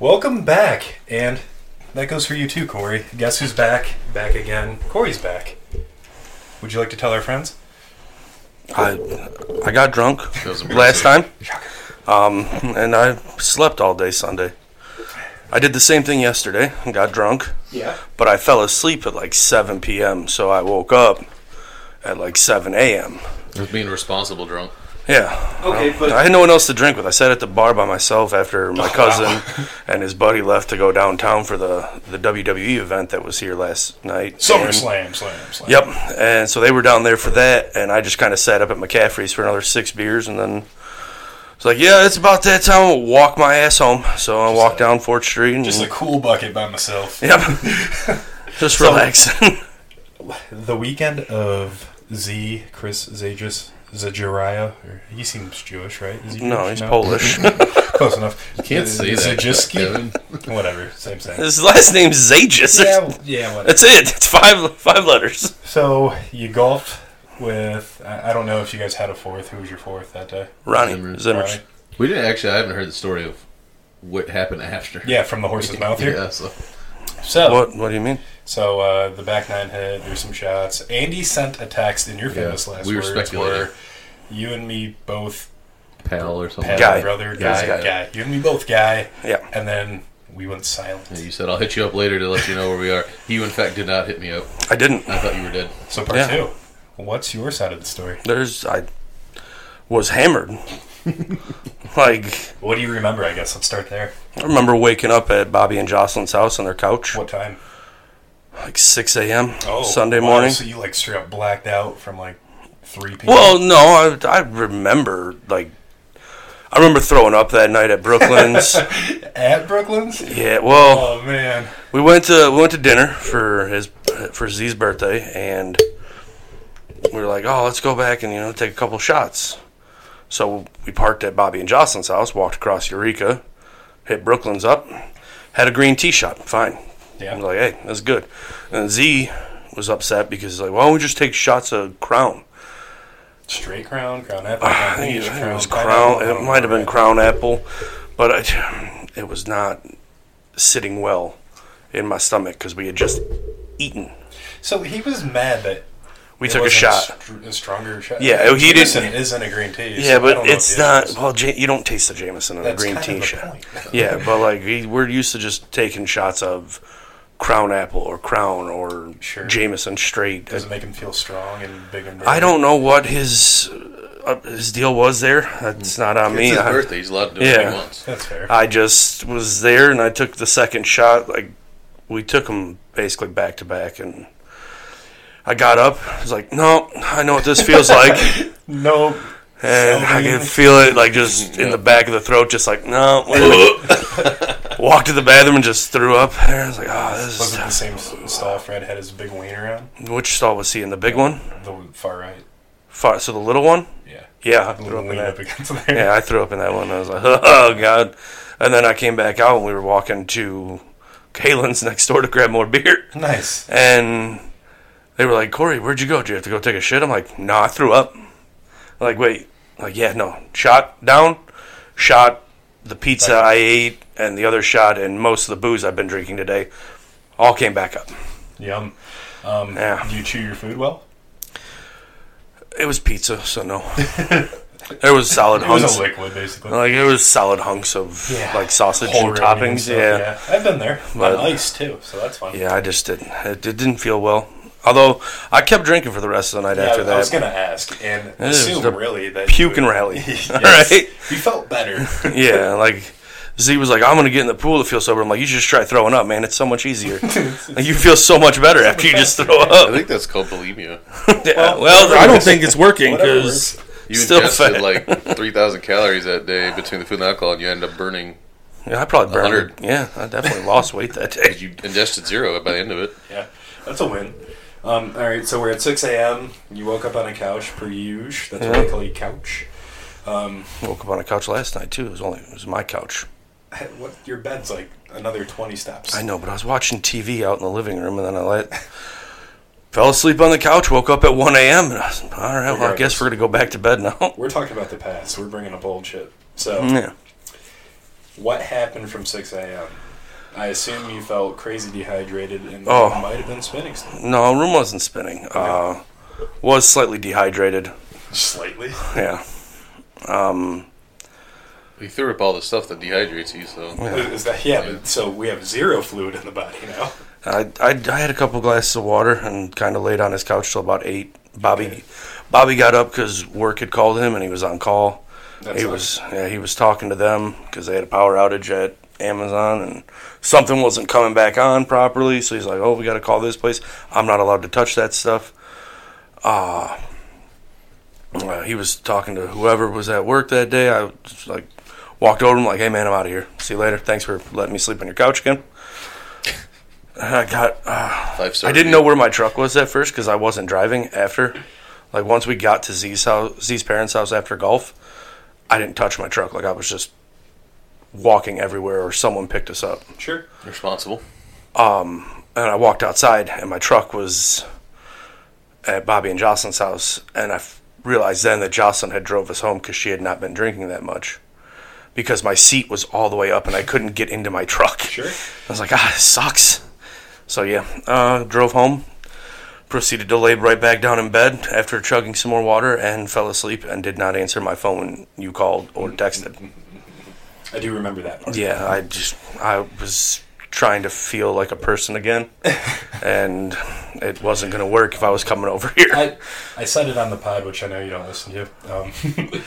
Welcome back, and that goes for you too, Corey. Guess who's back? Back again. Corey's back. Would you like to tell our friends? I I got drunk last time, um, and I slept all day Sunday. I did the same thing yesterday and got drunk, Yeah. but I fell asleep at like 7 p.m. So I woke up at like 7 a.m. It was being responsible drunk. Yeah. Okay, Um, but- I had no one else to drink with. I sat at the bar by myself after my cousin and his buddy left to go downtown for the the WWE event that was here last night. And- SummerSlam, slam, slam. Yep. And so they were down there for that, and I just kind of sat up at McCaffrey's for another six beers, and then it's like, yeah, it's about that time. I'll walk my ass home. So I walked down Fourth Street and Just a cool bucket by myself. yep, just relaxing. The weekend of Z, Chris Zajas, Zajariah. or- He seems Jewish, right? Is he no, Jewish? he's Polish. Close enough. You Can't say that. Kevin. Whatever, same thing. His last name's Zages. Yeah, w- yeah, whatever. That's it. It's five five letters. So you golfed with. I I don't know if you guys had a fourth. Who was your fourth that day? Ronnie Zimmer. Zimmer. Ronnie? We didn't actually. I haven't heard the story of what happened after. Yeah, from the horse's mouth here. Yeah, so So, What What do you mean? so uh, the back nine hit. There's some shots. Andy sent a text in your famous last we were words speculating. where you and me both pal or something. pal, Guy. brother, guy, Guy. guy, You and me both guy, Yeah. and then we went silent. And you said I'll hit you up later to let you know where we are. You in fact did not hit me up. I didn't. I thought you were dead. So part Yeah. two. What's your side of the story? There's I was hammered. like What do you remember? I guess let's start there. I remember waking up at Bobby and Jocelyn's house on their couch. What time? like 6 a.m. Sunday Oh, wow, morning. So you like straight up blacked out from like three p.m. Well, no, I, I remember like I remember throwing up that night at Brooklands. at Brooklyn's. yeah, well, Oh man, we went to we went to dinner for his for Z's birthday, and we were like, oh, let's go back and you know take a couple shots. So we parked at Bobby and Jocelyn's house, walked across Eureka, hit Brooklands up, had a green tea shot. Fine, yeah. I'm like, hey, that's good. And Z was upset because like, why don't we just take shots of Crown? Straight crown, crown apple. Crown I think peach, it, crown was pineapple, Ah, crown. I It don't might have been remember. crown apple, but I, it was not sitting well in my stomach because we had just eaten. So he was mad that We it took a wasn't shot. str- a stronger shot. Yeah, he didn't- Jameson isn't a green tea. so yeah, I don't but know it's if the others- not. Well, Ja you don't taste the Jameson in a That's green kind tea of the shot. point. yeah, but like we, we're used to just taking shots of crown apple or crown or Sure. Jameson straight. Does it make him feel strong and big and? I don't know what his uh, his deal was there. That's Hmm. not on me. it's his I- birthday. He's allowed to do Yeah. what he wants. That's fair. I just was there and I took the second shot. Like we took them basically back to back, and I got up. I was like, "No, I know what this feels like," no, and I could feel it like just in the back of the throat, just like, "No." wait a minute." Walked to the bathroom and just threw up. There, I was like, "Oh, this is wasn't the same s- stall Fred had his big wiener on which stall was he in? The big one? the far right. Far, so the little one? Yeah, Yeah, I the threw little up in lean that. up against there. Yeah, I threw up in that one. I was like, oh god. And then I came back out and we were walking to Kalen's next door to grab more beer. Nice. And they were like, Corey, where'd you go? Did you have to go take a shit? I'm like, no, I threw up. I'm like, wait. I'm like, yeah, no. Shot down, shot the pizza I ate, and the other shot, and most of the booze I've been drinking today all came back up. Yum. Um, Yeah. Do you chew your food well? It was pizza, so no. there was solid It was hunks. a liquid, basically. Like, it was solid hunks of, Yeah. like, sausage Whole and room and toppings. stuff, yeah. I've been there. But- on ice too, so that's fine. Yeah, I just didn't. It, it didn't feel well. Although I kept drinking for the rest of the night Yeah, after I, that. I was gonna ask and was assume the really that you puke and would- rally. Yes. All right. You felt better. Yeah, like Z was like, I'm gonna get in the pool to feel sober. I'm like, you should just try throwing up, man. It's so much easier. like, you feel so much better after you just throw I up. think that's called bulimia. Yeah, whatever well, I don't works. think it's working Whatever because You Still ingested fat. like three thousand calories that day between the food and alcohol, and you end up burning. yeah, I probably burned. 100. Yeah, I definitely lost weight that day. You ingested zero by the end of it. Yeah, that's a win. Um, all right, so we're at 6 a.m. You woke up on a couch, per usual. That's what I call you couch. Um, Woke up on a couch last night too. It was only it was my couch. what your bed's like another 20 steps. I know, but I was watching TV out in the living room, and then I let, fell asleep on the couch. Woke up at 1 a.m. and I was all right. Well, I guess we're gonna go back to bed now. Mm. We're talking about the past. We're bringing up old shit. So yeah. What happened from 6 a.m.? I assume you felt crazy dehydrated and Oh. might have been spinning s- No, room wasn't spinning. Uh, was slightly dehydrated. slightly. Yeah. We threw up all the stuff that dehydrates you, so Is that, yeah, but so we have zero fluid in the body now. I, I, I had a couple glasses of water and kind of laid on his couch till about eight. Bobby Bobby got up because work had called him and he was on call. That's he not- was yeah he was talking to them because they had a power outage at Amazon and something wasn't coming back on properly. So he's like, "Oh, we got to call this place. I'm not allowed to touch that stuff." Uh, uh, he was talking to whoever was at work that day. I just, like walked over to him like, "Hey man, I'm out of here. See you later. Thanks for letting me sleep on your couch again." And I got five stars. I didn't know where my truck was at first because I wasn't driving. After, like once we got to Z's house, Z's parents' house after golf, I didn't touch my truck. Like I was just walking everywhere, or someone picked us up, Sure. responsible. and I walked outside, and my truck was at Bobby and Jocelyn's house, and I f- realized then that Jocelyn had drove us home because she had not been drinking that much. Because my seat was all the way up and I couldn't get into my truck. Sure. I was like, ah, this sucks. So yeah, uh, drove home, proceeded to lay right back down in bed after chugging some more water, and fell asleep and did not answer my phone when you called or texted. I do remember that part. Yeah, I just I was trying to feel like a person again, and it wasn't gonna work if I was coming over here. I, I said it on the pod, which I know you don't listen to, um,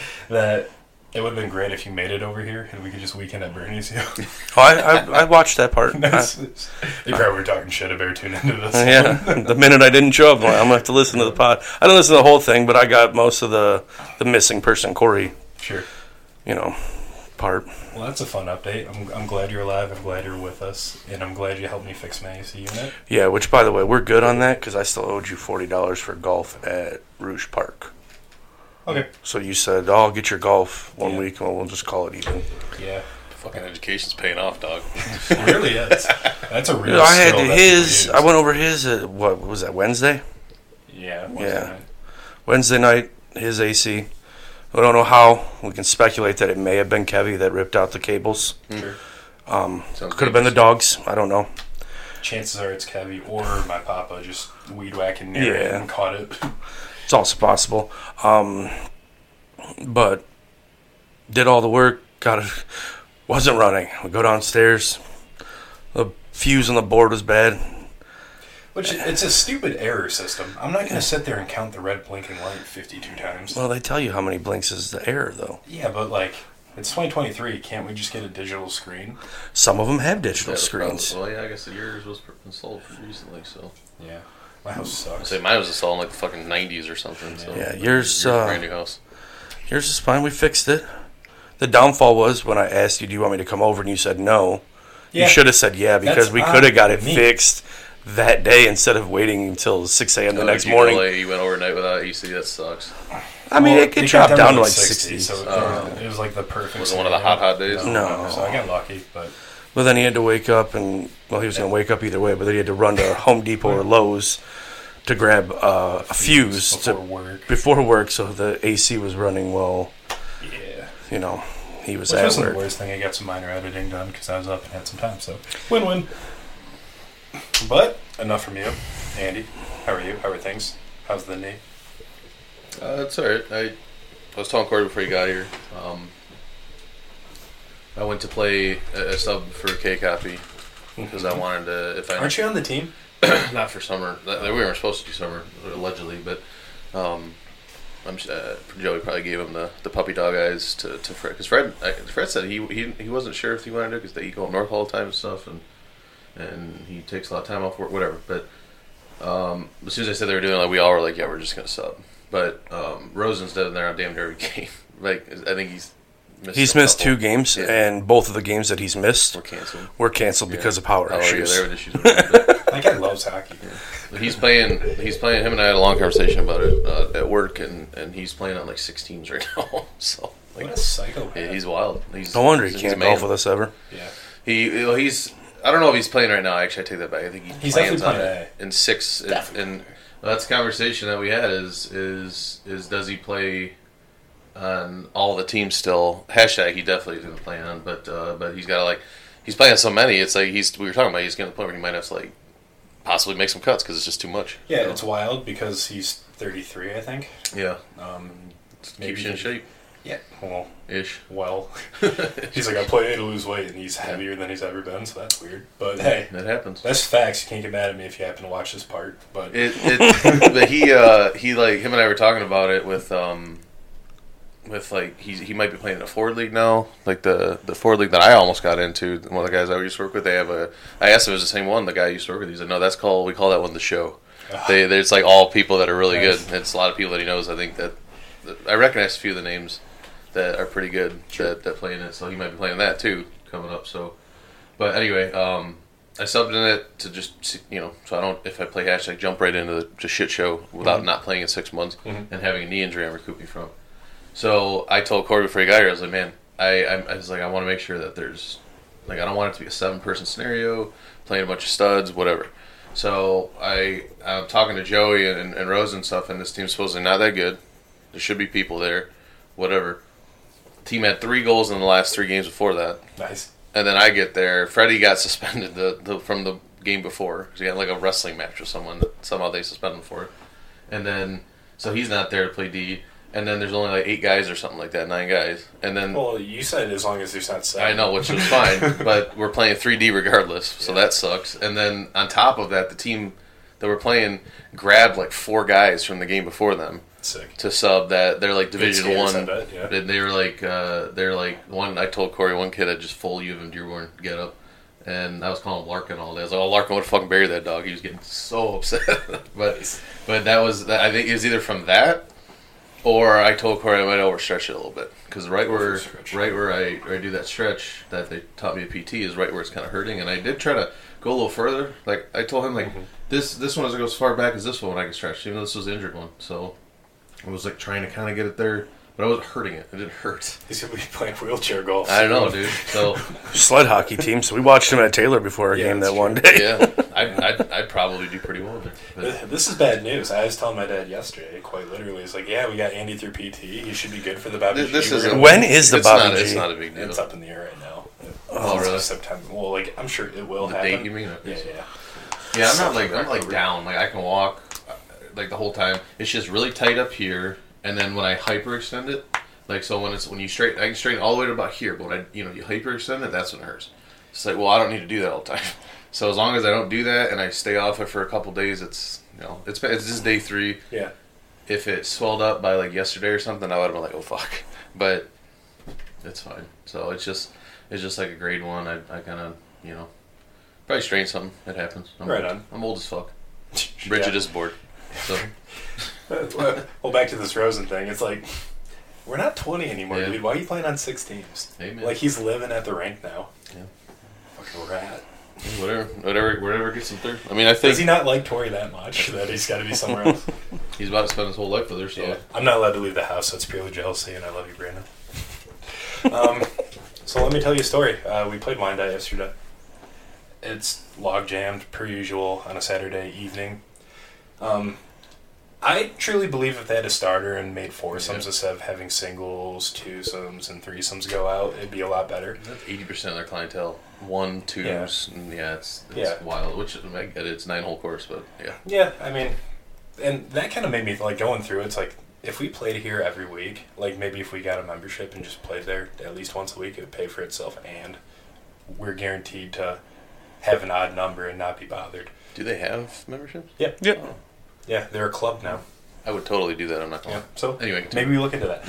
that it would have been great if you made it over here and we could just weekend at Bernie's. You know? Oh, I, I, I watched that part. That's- they probably were talking shit. I better tune into this. Uh, yeah, the minute I didn't show up, I'm, like, I'm gonna have to listen to the pod. I didn't listen to the whole thing, but I got most of the the missing person Corey, Sure. you know, part. Well, that's a fun update. I'm, I'm glad you're alive. I'm glad you're with us, and I'm glad you helped me fix my AC unit. Yeah, which by the way, we're good on that because I still owed you forty dollars for golf at Rouge Park. Okay. So you said, "Oh, I'll get your golf one Yeah. week, and we'll just call it even." Yeah. Fucking education's paying off, dog. It really is. That's a real. I had skill that his. people I use. went over his. At, what was that? Wednesday. Yeah. wasn't Yeah. it? Wednesday night, his AC. I don't know how. We can speculate that it may have been Kevy that ripped out the cables. Sure. Could have been the dogs. I don't know. Chances are it's Kevy or my papa just weed whacking near it Yeah. and caught it. It's also possible. Um, but did all the work. Got it. Wasn't running. We go downstairs. The fuse on the board was bad. Which it's a stupid error system. I'm not gonna sit there and count the red blinking light 52 times. Well, they tell you how many blinks is the error though. Yeah, but like it's 2023. Can't we just get a digital screen? Some of them have digital Yeah, screens. probably- well, yeah, I guess yours was installed recently, so Yeah. My house I sucks. say mine was installed in like the fucking nineties or something. So Yeah, yours, Your uh, brand new house. Here's is fine. We fixed it. The downfall was when I asked you, "Do you want me to come over?" and you said no. Yeah. You should have said yeah because That's we could have got on it me. fixed that day instead of waiting until 6 a.m. the Oh, next you morning. Delay, you went overnight without AC. That sucks. I mean, Well, it could got drop down to like 60. 60, So it- it was like the perfect. Oh. Was it one of the scenario. hot, hot days? No. So I got lucky, but But then he had to wake up and well, he was going to wake up either way. But then he had to run to Home Depot or Lowe's to grab uh, a fuse before to, work, before work, so the AC was running while yeah. you know he was Which at wasn't work. the worst thing. I got some minor editing done because I was up and had some time. So win-win. But enough from you, Andy. How are you? How are things? How's the knee? Uh, it's all right. I, I was telling Corey before you got here. Um, I went to play a, a sub for K Copy because I wanted to. If I Aren't you on the team? not for summer. That, that we weren't supposed to do summer allegedly, but um, I'm s- uh, Joey probably gave him the, the puppy dog eyes to, to Fred because Fred I, Fred said he, he he wasn't sure if he wanted to because they go up north all the time and stuff and and he takes a lot of time off work whatever. But um, as soon as I said they were doing it, like we all were like yeah we're just gonna sub. But um, Rosen's dead in there on damn near every game. like I think he's missed He's a missed couple. two games, Yeah. and both of the games that he's missed Were canceled. were canceled because of power Oh, yeah, issues. there were issues. with that, but- That guy loves hockey. He's playing. He's playing. Him and I had a long conversation about it uh, at work, and, and he's playing on like six teams right now. so What like, a psychopath. yeah, he's wild. He's no wonder he he's can't a man. golf with us ever. Yeah. He well, he's. I don't know if he's playing right now. Actually, I take that back. I think he He's plans definitely on playing it in six. And, Definitely. and well, that's the conversation that we had. Is is is does he play on all the teams still. Hashtag he definitely isn't playing on, but uh, but he's got to like he's playing so many. It's like he's we were talking about he's getting to the point where he might have to like possibly make some cuts because it's just too much. Yeah, So, it's wild because he's 33, I think. yeah. Um, Keeps you in shape Yeah. Well, ish. well, he's like I play to lose weight, and he's heavier than he's ever been, so that's weird. But hey, That happens. that's facts. You can't get mad at me if you happen to watch this part. But It, it but he uh he like him and I were talking about it with um with like he he might be playing in a Ford league now like the the Ford league that I almost got into one of the guys I used to work with they have a I asked if it was the same one the guy I used to work with he said no that's called we call that one the show they they- it's like all people that are really Nice. good it's a lot of people that he knows I think that, that I recognize a few of the names that are pretty good that that play in it so he might be playing that too coming up so but anyway um I subbed in it to just you know, so I don't if I play hashtag jump right into the just shit show without not playing in six months and having a knee injury I'm recouping from. So I told Corey before he got here, I was like, man, I I, I was like, I want to make sure that there's like I don't want it to be a seven person scenario, playing a bunch of studs, whatever. So I I'm talking to Joey and, and Rose and stuff, and this team's supposedly not that good. There should be people there, whatever. Team had three goals in the last three games before that. nice. And then I get there. Freddie got suspended the, the from the game before 'cause he had like a wrestling match with someone. Somehow they suspended him for it. And then so he's not there to play D. And then there's only like eight guys or something like that, nine guys. And then Well, you said as long as there's not seven. I know which was fine, but we're playing 3D regardless, so that sucks. And then on top of that, the team that we're playing grabbed like four guys from the game before them Sick. to sub that they're like Division Good One. scans, I bet, yeah. They- They were like uh, they're like one. I told Corey one kid had just full U of him Dearborn get up, and I was calling him Larkin all day. I was like, "Oh, Larkin would fucking bury that dog." He was getting so upset, but but that was that- I think it was either from that. Or I told Corey I might overstretch it a little bit because right where Overstretch. right where I, where I do that stretch that they taught me at PT is right where it's kind of hurting, and I did try to go a little further. Like I told him, like this this one doesn't go as far back as this one when I can stretch, even though this was the injured one. So I was like trying to kind of get it there, but I wasn't hurting it. It didn't hurt. He's gonna be playing wheelchair golf. I don't know, dude. So Sled hockey team. So we watched him at Taylor before our Yeah, game that that's one day. yeah, I I'd, I'd probably do pretty well there. But This is bad news. I was telling my dad yesterday, quite literally, he's like, "Yeah, we got Andy through PT. He should be good for the Bobby This- this G. We're is gonna- When is the it's Bobby not G? it's not a big deal. It's up in the air right now. Oh, It's really? September. Well, like I'm sure it will The happen. date you mean? Yeah, yeah. Yeah, I'm not like I'm like down. Like I can walk uh, like the whole time. It's just really tight up here, and then when I hyperextend it, like so when it's when you straight, I can straighten all the way to about here. But when I you know you hyperextend it, that's when it hurts. It's like well, I don't need to do that all the time. So as long as I don't do that and I stay off it for a couple days, it's you know it's been- it's just day three. Yeah. If it swelled up by like yesterday or something, I would have been like oh fuck. But it's fine. So it's just it's just like a grade one. I I kind of you know. Probably strain something. It happens. I'm Right old. on. I'm old as fuck. Bridget is bored. So well, back to this Rosen thing. It's like we're not 20 anymore, Yeah. dude. Why are you playing on six teams? Hey, man. Like he's living at the rank now. Yeah. Fucking rat. whatever, whatever, whatever gets him through. I mean, I think Does he not like Tori that much that he's got to be somewhere else? he's about to spend his whole life with her. So Yeah. I'm not allowed to leave the house, so it's purely jealousy, and I love you, Brandon. um, so let me tell you a story. Uh, we played Wyandotte yesterday. It's log jammed per usual on a Saturday evening. Um, I truly believe if they had a starter and made foursomes Yeah. instead of having singles, twosomes, and threesomes go out, it'd be a lot better. eighty percent of their clientele, one twos, and yeah, it's, it's Yeah. wild. Which I get it, it's nine hole course, but yeah, Yeah, I mean, and that kind of made me like going through. It's like if we played here every week, like maybe if we got a membership and just played there at least once a week, it would pay for itself, and we're guaranteed to have an odd number and not be bothered. do they have memberships? Yep. Yep. Yeah, they're a club now. I would totally do that. I'm not gonna. Yeah. So Anyway, continue. maybe we look into that.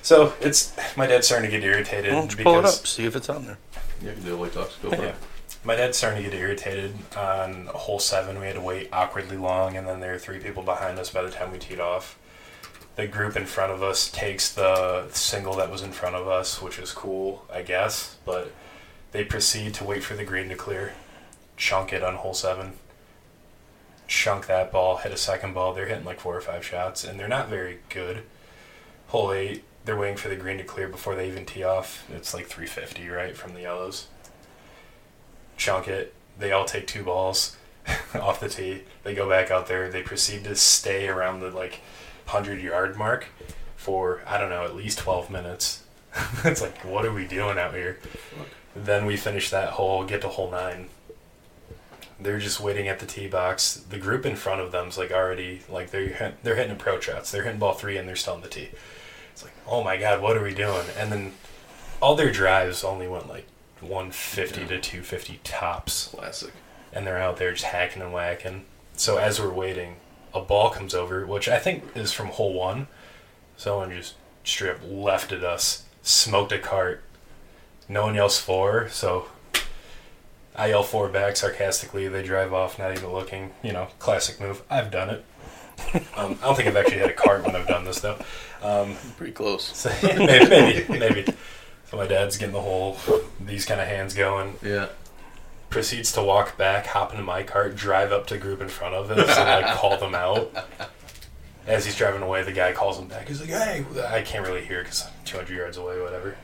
So it's my dad's starting to get irritated Why don't you because pull it up? See if it's on there. Yeah, you can do a white talks. Go for Yeah. it. My dad's starting to get irritated on hole seven. We had to wait awkwardly long, and then there were three people behind us by the time we teed off. The group in front of us takes the single that was in front of us, which is cool, I guess, but they proceed to wait for the green to clear, chunk it on hole seven, chunk that ball, hit a second ball. They're hitting like four or five shots, and they're not very good. Hole eight, they're waiting for the green to clear before they even tee off. It's like 350, right, from the yellows chunk it. They all take two balls off the tee. They go back out there. They proceed to stay around the like hundred yard mark for I don't know at least twelve minutes. it's like what are we doing out here? Then we finish that hole, get to hole nine. They're just waiting at the tee box. The group in front of them's like already like they're hit- they're hitting approach shots. They're hitting ball three and they're still on the tee. It's like oh my god, what are we doing? And then all their drives only went like 150 to 250 tops Classic. and they're out there just hacking and whacking. So as we're waiting, a ball comes over, which I think is from hole one. Someone just strip lefted us, smoked a cart. No one yells four, so I yell four back sarcastically. They drive off, not even looking. You know, classic move. I've done it. Um, I don't think I've actually had a cart when I've done this though. Um, Pretty close. so maybe, maybe, maybe. So my dad's getting the whole these kind of hands going Yeah. proceeds to walk back, hop into my cart, drive up to the group in front of us, and like call them out. As he's driving away, the guy calls him back. He's like, "Hey, I can't really hear because I'm 200 yards away, whatever."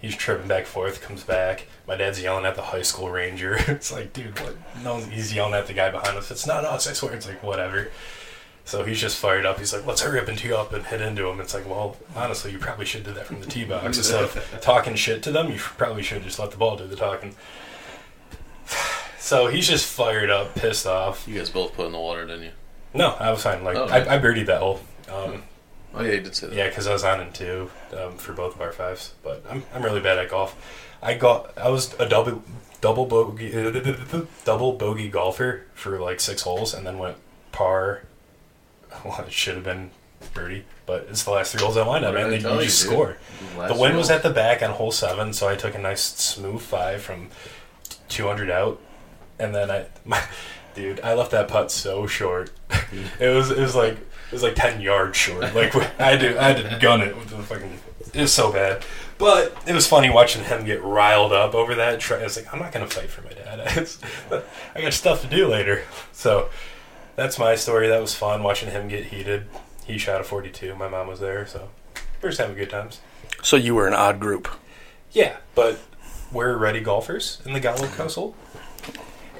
He's tripping back and forth, comes back. My dad's yelling at the high school ranger. It's like, dude, what? No, one's- he's yelling at the guy behind us. It's not us, I swear. It's like, whatever. So he's just fired up. He's like, let's hurry up and tee up and hit into him. It's like, well, honestly, you probably should do that from the tee box. Instead of talking shit to them, you probably should just let the ball do the talking. So he's just fired up, pissed off. You guys both put in the water, didn't you? No, I was fine. Like Oh, I, nice. I birdied that hole. Um, Oh yeah, you did say that. yeah, because I was on in two um, for both of our fives. But I'm, I'm really bad at golf. I got I was a double double bogey double bogey golfer for like six holes, and then went par. Well, it should have been birdie, but it's the last three holes I lined up, What did and I they, tell you you, just dude? score. Last The wind was roll. at the back on hole seven, so I took a nice smooth five from 200 out, and then I, my, dude, I left that putt so short. it was it was like it was like 10 yards short. Like I had to I had to gun it with the fucking. It was so bad, but it was funny watching him get riled up over that. Try, I was like, I'm not gonna fight for my dad. It's- I got stuff to do later. So that's my story. That was fun watching him get heated. He shot a 42. My mom was there, so we're just having good times. So you were an odd group. Yeah, but we're ready golfers in the Gallup household.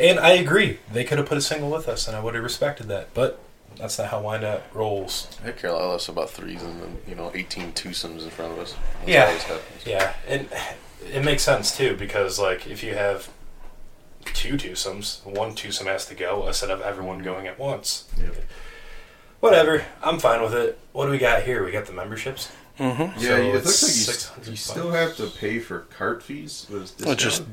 And I agree. They could have put a single with us, and I would have respected that. But that's not how Wyandotte rolls. Hey, Carolina left about threes and then you know 18 twosomes in front of us. That's Yeah. always happens. Yeah, and it makes sense too because like if you have two twosomes, one twosome has to go instead of everyone going at once. Yep. Whatever, I'm fine with it. What do we got here? We got the memberships. Mm-hmm. Yeah, So you- it it's looks like 600 you, s- you still have to pay for cart fees. But it's Well, just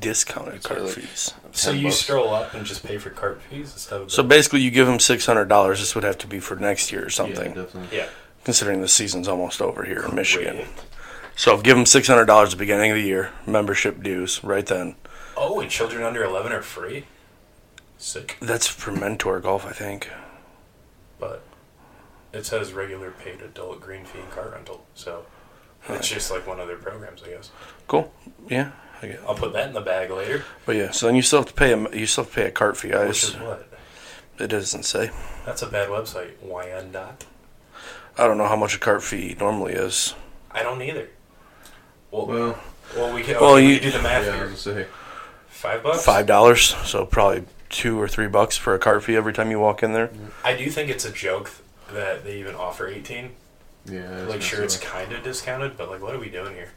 discounted discounted. It's card really- fees. So 10 you bucks. scroll up and just pay for cart fees instead of So the- basically, you give them six hundred dollars. This would have to be for next year or yeah, something, definitely. yeah. considering the season's almost over here in Michigan. Wait. So give them six hundred dollars at the beginning of the year, membership dues, right then. Oh, and children under 11 are free? Sick. That's for mentor golf, I think. But it says regular paid adult green fee and car rental. So it's just like one of their programs, I guess. Cool. Yeah. I guess. I'll put that in the bag later. But yeah, so then you still have to pay a you still have to pay a cart fee. I Which is just- what? it doesn't say. That's a bad website. YN dot. I don't know how much a cart fee normally is. I don't either. Well, well, Well, we can. well, okay, we you- can do the yeah, math I here. was gonna say. Five bucks. Five dollars, so probably two or three bucks for a cart fee every time you walk in there. I do think it's a joke that they even offer eighteen. Yeah, I was Like, gonna sure, it's say. kind of discounted, but like, what are we doing here?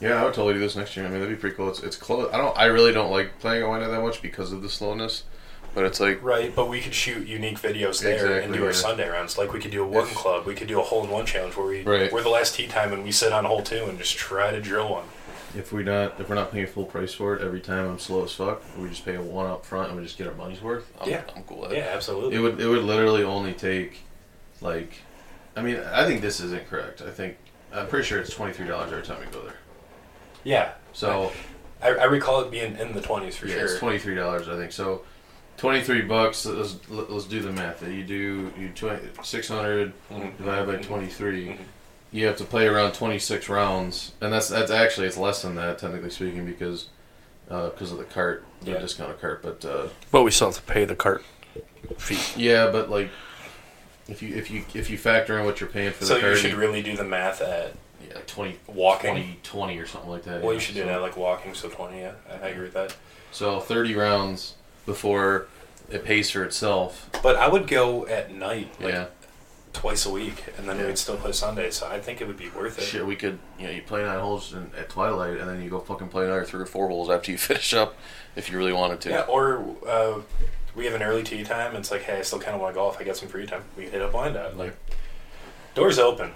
Yeah, I would totally do this next year. I mean, that'd be pretty cool. It's, it's close. I don't. I really don't like playing at Wynette that much because of the slowness. But it's like Right, but we could shoot unique videos there and Exactly, do our yeah. Sunday rounds. Like we could do a one Yes. club, we could do a hole in one challenge where we Right. we're the last tee time and we sit on hole two and just try to drill one. If we not, if we're not paying full price for it every time, I'm slow as fuck. We just pay a one up front and we just get our money's worth. I'm, Yeah. I'm cool with it. Yeah, absolutely. It would it would literally only take, like, I mean, I think this isn't correct. I think I'm pretty sure it's twenty three dollars every time we go there. yeah, So I, I recall it being in the twenties for yeah, sure. it's twenty three dollars. I think so. Twenty three bucks. Let's let's do the math. You do you twenty six hundred Mhm. divided by twenty three. Mm-hmm. You have to play around twenty six rounds, and that's that's actually it's less than that technically speaking because. Because of the cart, the Yeah. discounted cart, but uh, But we still have to pay the cart fee. yeah, but like, if you if you if you factor in what you're paying for the So cart, you should really do the math at yeah, like 20, walking. 20, 20 or something like that. Well, yeah. you should do so, that like walking. So twenty. Yeah, I, I agree with that. So 30 rounds before it pays for itself. But I would go at night. Like, yeah. twice a week, and then Yeah. we'd still play Sunday. So I think it would be worth it. Shit, we could, you know, you play nine holes in, at twilight, and then you go fucking play another three or four holes after you finish up, if you really wanted to. Yeah, or uh, we have an early tea time. And it's like, hey, I still kind of want to golf. I got some free time. We hit up blind out. Like, doors open.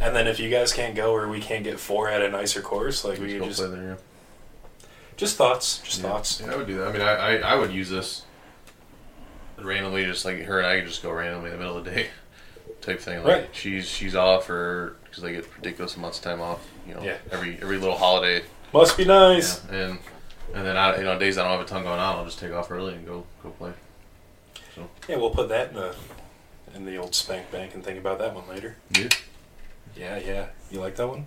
And then if you guys can't go or we can't get four at a nicer course, like we Just could go just play there, yeah. just thoughts, just Yeah. thoughts. Yeah, I would do that. I mean, I, I, I would use this. randomly, just like her and I could just go randomly in the middle of the day, type thing. Like Right. she's she's off, or because they get ridiculous amounts of time off. You know, Yeah. every every little holiday. Must be nice. Yeah, And and then I, you know, days I don't have a ton going on, I'll just take off early and go go play. Yeah, we'll put that in the in the old spank bank and think about that one later. Yeah. Yeah, yeah. You like that one?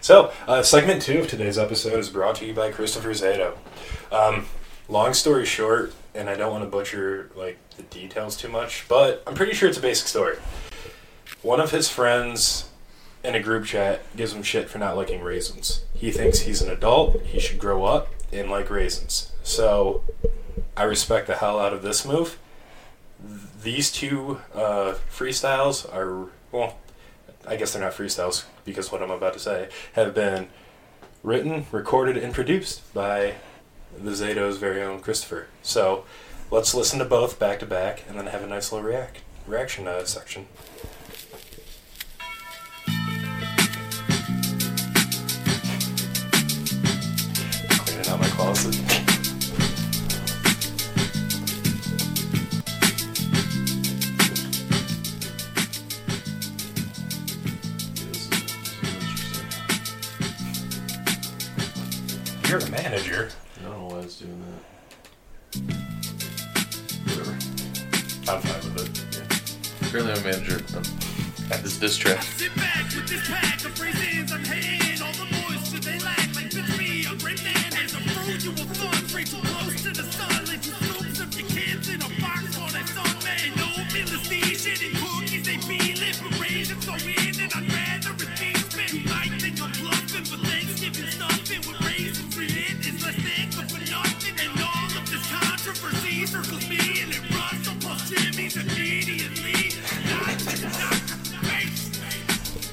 So, uh, segment two of today's episode is brought to you by Christopher Zato. Um, long story short, and I don't want to butcher like the details too much, but I'm pretty sure it's a basic story. One of his friends in a group chat gives him shit for not liking raisins. He thinks he's an adult, he should grow up and like raisins. So, I respect the hell out of this move these two uh, freestyles are well i guess they're not freestyles because what i'm about to say have been written recorded and produced by the zato's very own christopher so let's listen to both back to back and then have a nice little react reaction uh, section cleaning out my closet This is, this is interesting. you're a manager I don't know why it's doing that. whatever. i'm fine with it Apparently, I'm a manager um, at this diss track. Sit back with this pack of raisins. I'm hating all the moisture they lack. Like bitch me, a great man is a fruit you will fun. Free too close to the sun. Let you scoops up your kids in a box on that sun. Man, no Philistines, shit and cookies. They be liberation so in and I'd rather it be spent. Might think I'm bluffing, but Thanksgiving stuffing with raisins for it is less than good for nothing. And all of this controversy circles me and it runs up on Jimmy's immediately. Knock, knock, face.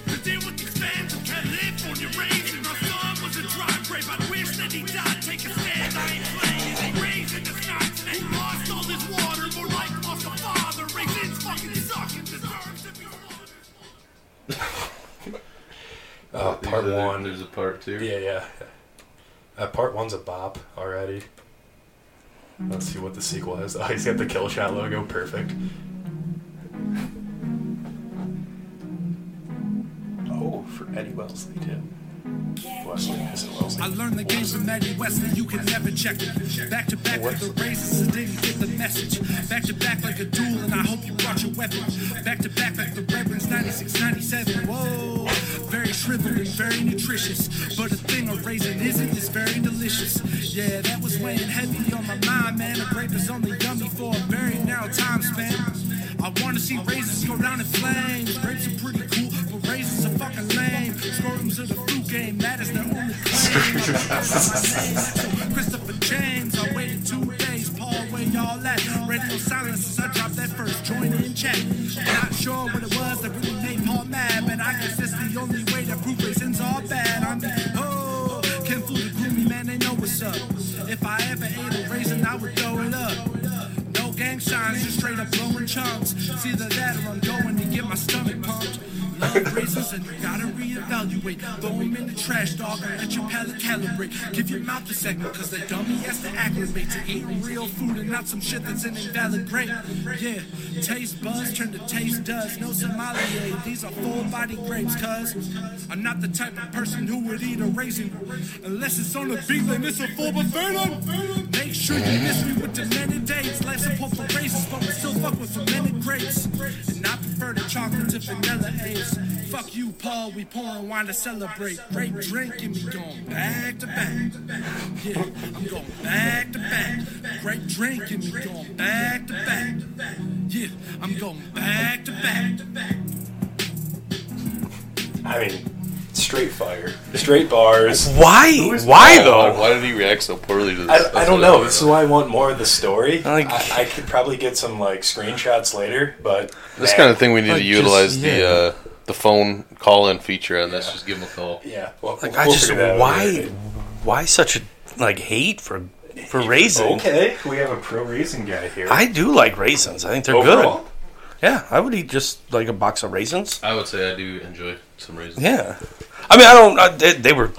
To deal with these fans who can't live on your raisins. My son was a dry grave. I wish that he died. Take a stand. I ain't playing. They raising the scots. He lost all his water. More like lost a father. Raisins fucking suck and deserves to be slaughtered. uh, part There's a- one There's a part two. Yeah, yeah. Uh, part one's a bop already. Let's see what the sequel has. Oh, he's got the kill shot logo. Perfect. Oh, for Eddie Wellesley too. Wesley, is it I Wellesley? learned the game from Eddie Wesley, you can never check it. Back to back with the raisins, and didn't get the message. Back to back like a duel, and I hope you brought your weapon. Back to back like the Reverend's 96, 97. Whoa, very shriveled and very nutritious. But the thing a raisin isn't is very delicious. Yeah, that was weighing heavy on my mind, man. A grape is only yummy for a very narrow time span. I wanna see raisins go down in flames. Grapes are pretty cool, but raisins are fucking lame. Scrotums are the fruit game, that is their only claim. Christopher James, I waited two days. Paul, where y'all at? Radio silence since I dropped that first joint in chat. Not sure what it was that really made Paul mad, but I guess that's the only way to prove raisins are bad. I'm oh, can fool the gloomy man, they know what's up. If I ever ate a raisin, I would throw it up. No gang signs, just straight up blowing chunks. It's either that or I'm going to get my stomach pumped. Love raisins and you gotta reevaluate. Throw 'em in the trash, dog, and let your palate calibrate. Give your mouth a segment, cause the dummy has to acclimate to eating real food and not some shit that's an invalid grape. Yeah, taste buds turn to taste does. No sommelier, these are full body grapes, cuz I'm not the type of person who would eat a raisin unless it's on a beat, then it's a full buffet. then- Make sure you miss me with demented dates. Life's a hope for races, but we still fuck with fermented grapes. And I prefer the chocolate to vanilla apes. Fuck you, Paul. We pouring wine to celebrate. Great drink and me going back to back. Yeah, I'm going back to back. Great drink and me going back to back. Yeah, I'm going back to back. I mean, straight fire, straight bars. Why? Why Why, though? why did he react so poorly to this? I, I don't know. This is why I want more of the story. Like- I, I could probably get some like screenshots later, but This nah. kind of thing we need Like, to just- utilize yeah. the uh, the phone call in feature on this. Just give him a call. Yeah. Well, Like we'll I just figure that out why? later. Why such a like hate for for raisins? Okay, we have a pro reason guy here. I do like raisins. I think they're Overall, good. Yeah, I would eat just like a box of raisins. I would say I do enjoy some raisins. Yeah, I mean I don't. I, they, they were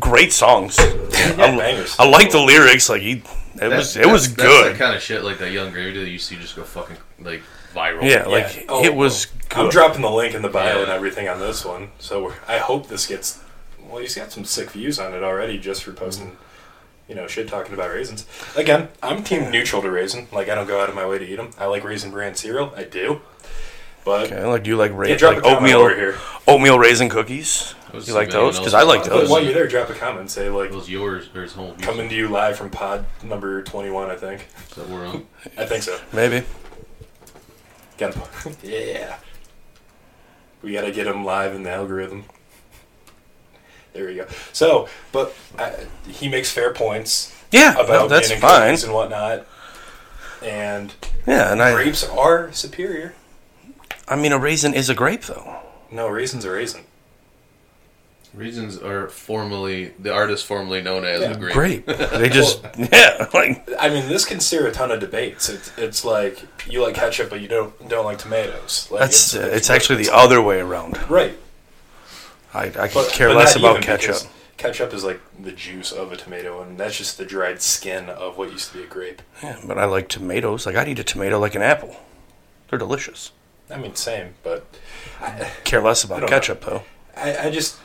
great songs. Yeah, bangers. I like the lyrics. Like he, it was it was good. That's the kind of shit like that young gravy that you see just go fucking like viral. Yeah, like Oh, it was I'm good. dropping the link in the bio Yeah. and everything on this one, so we're, I hope this gets. Well, he's got some sick views on it already just for posting, you know, shit talking about raisins. Again, I'm team neutral to raisin. Like, I don't go out of my way to eat them. I like raisin bran cereal. I do. But okay, like do you like, ra- Yeah, drop like a comment oatmeal over here. oatmeal raisin cookies? was You like thinking those? anyone Because I else like would but those. while you're there, drop a comment and say, like, It was yours or his whole music coming to you live from pod number 21, I think. that we're on. I think so. Maybe. Got him. yeah. We gotta get him live in the algorithm. There we go. So, but uh, he makes fair points Yeah, about no, that's being in fine. cookies and whatnot. And Yeah, and I grapes are superior. I mean a raisin is a grape though. No, raisins are raisin. Raisins are formerly the artist formerly known as Yeah. the grape. Grape. They just yeah, like I mean, this can steer a ton of debates. It's, it's like you like ketchup, but you don't don't like tomatoes. Like, that's uh, it's actually the other way around. right. I, I could But- care but less not about even, ketchup. because Ketchup is like the juice of a tomato, and that's just the dried skin of what used to be a grape. Yeah, but I like tomatoes. Like I'd eat a tomato like an apple. They're delicious. I mean, same, but Care less I about don't ketchup though. I, I just,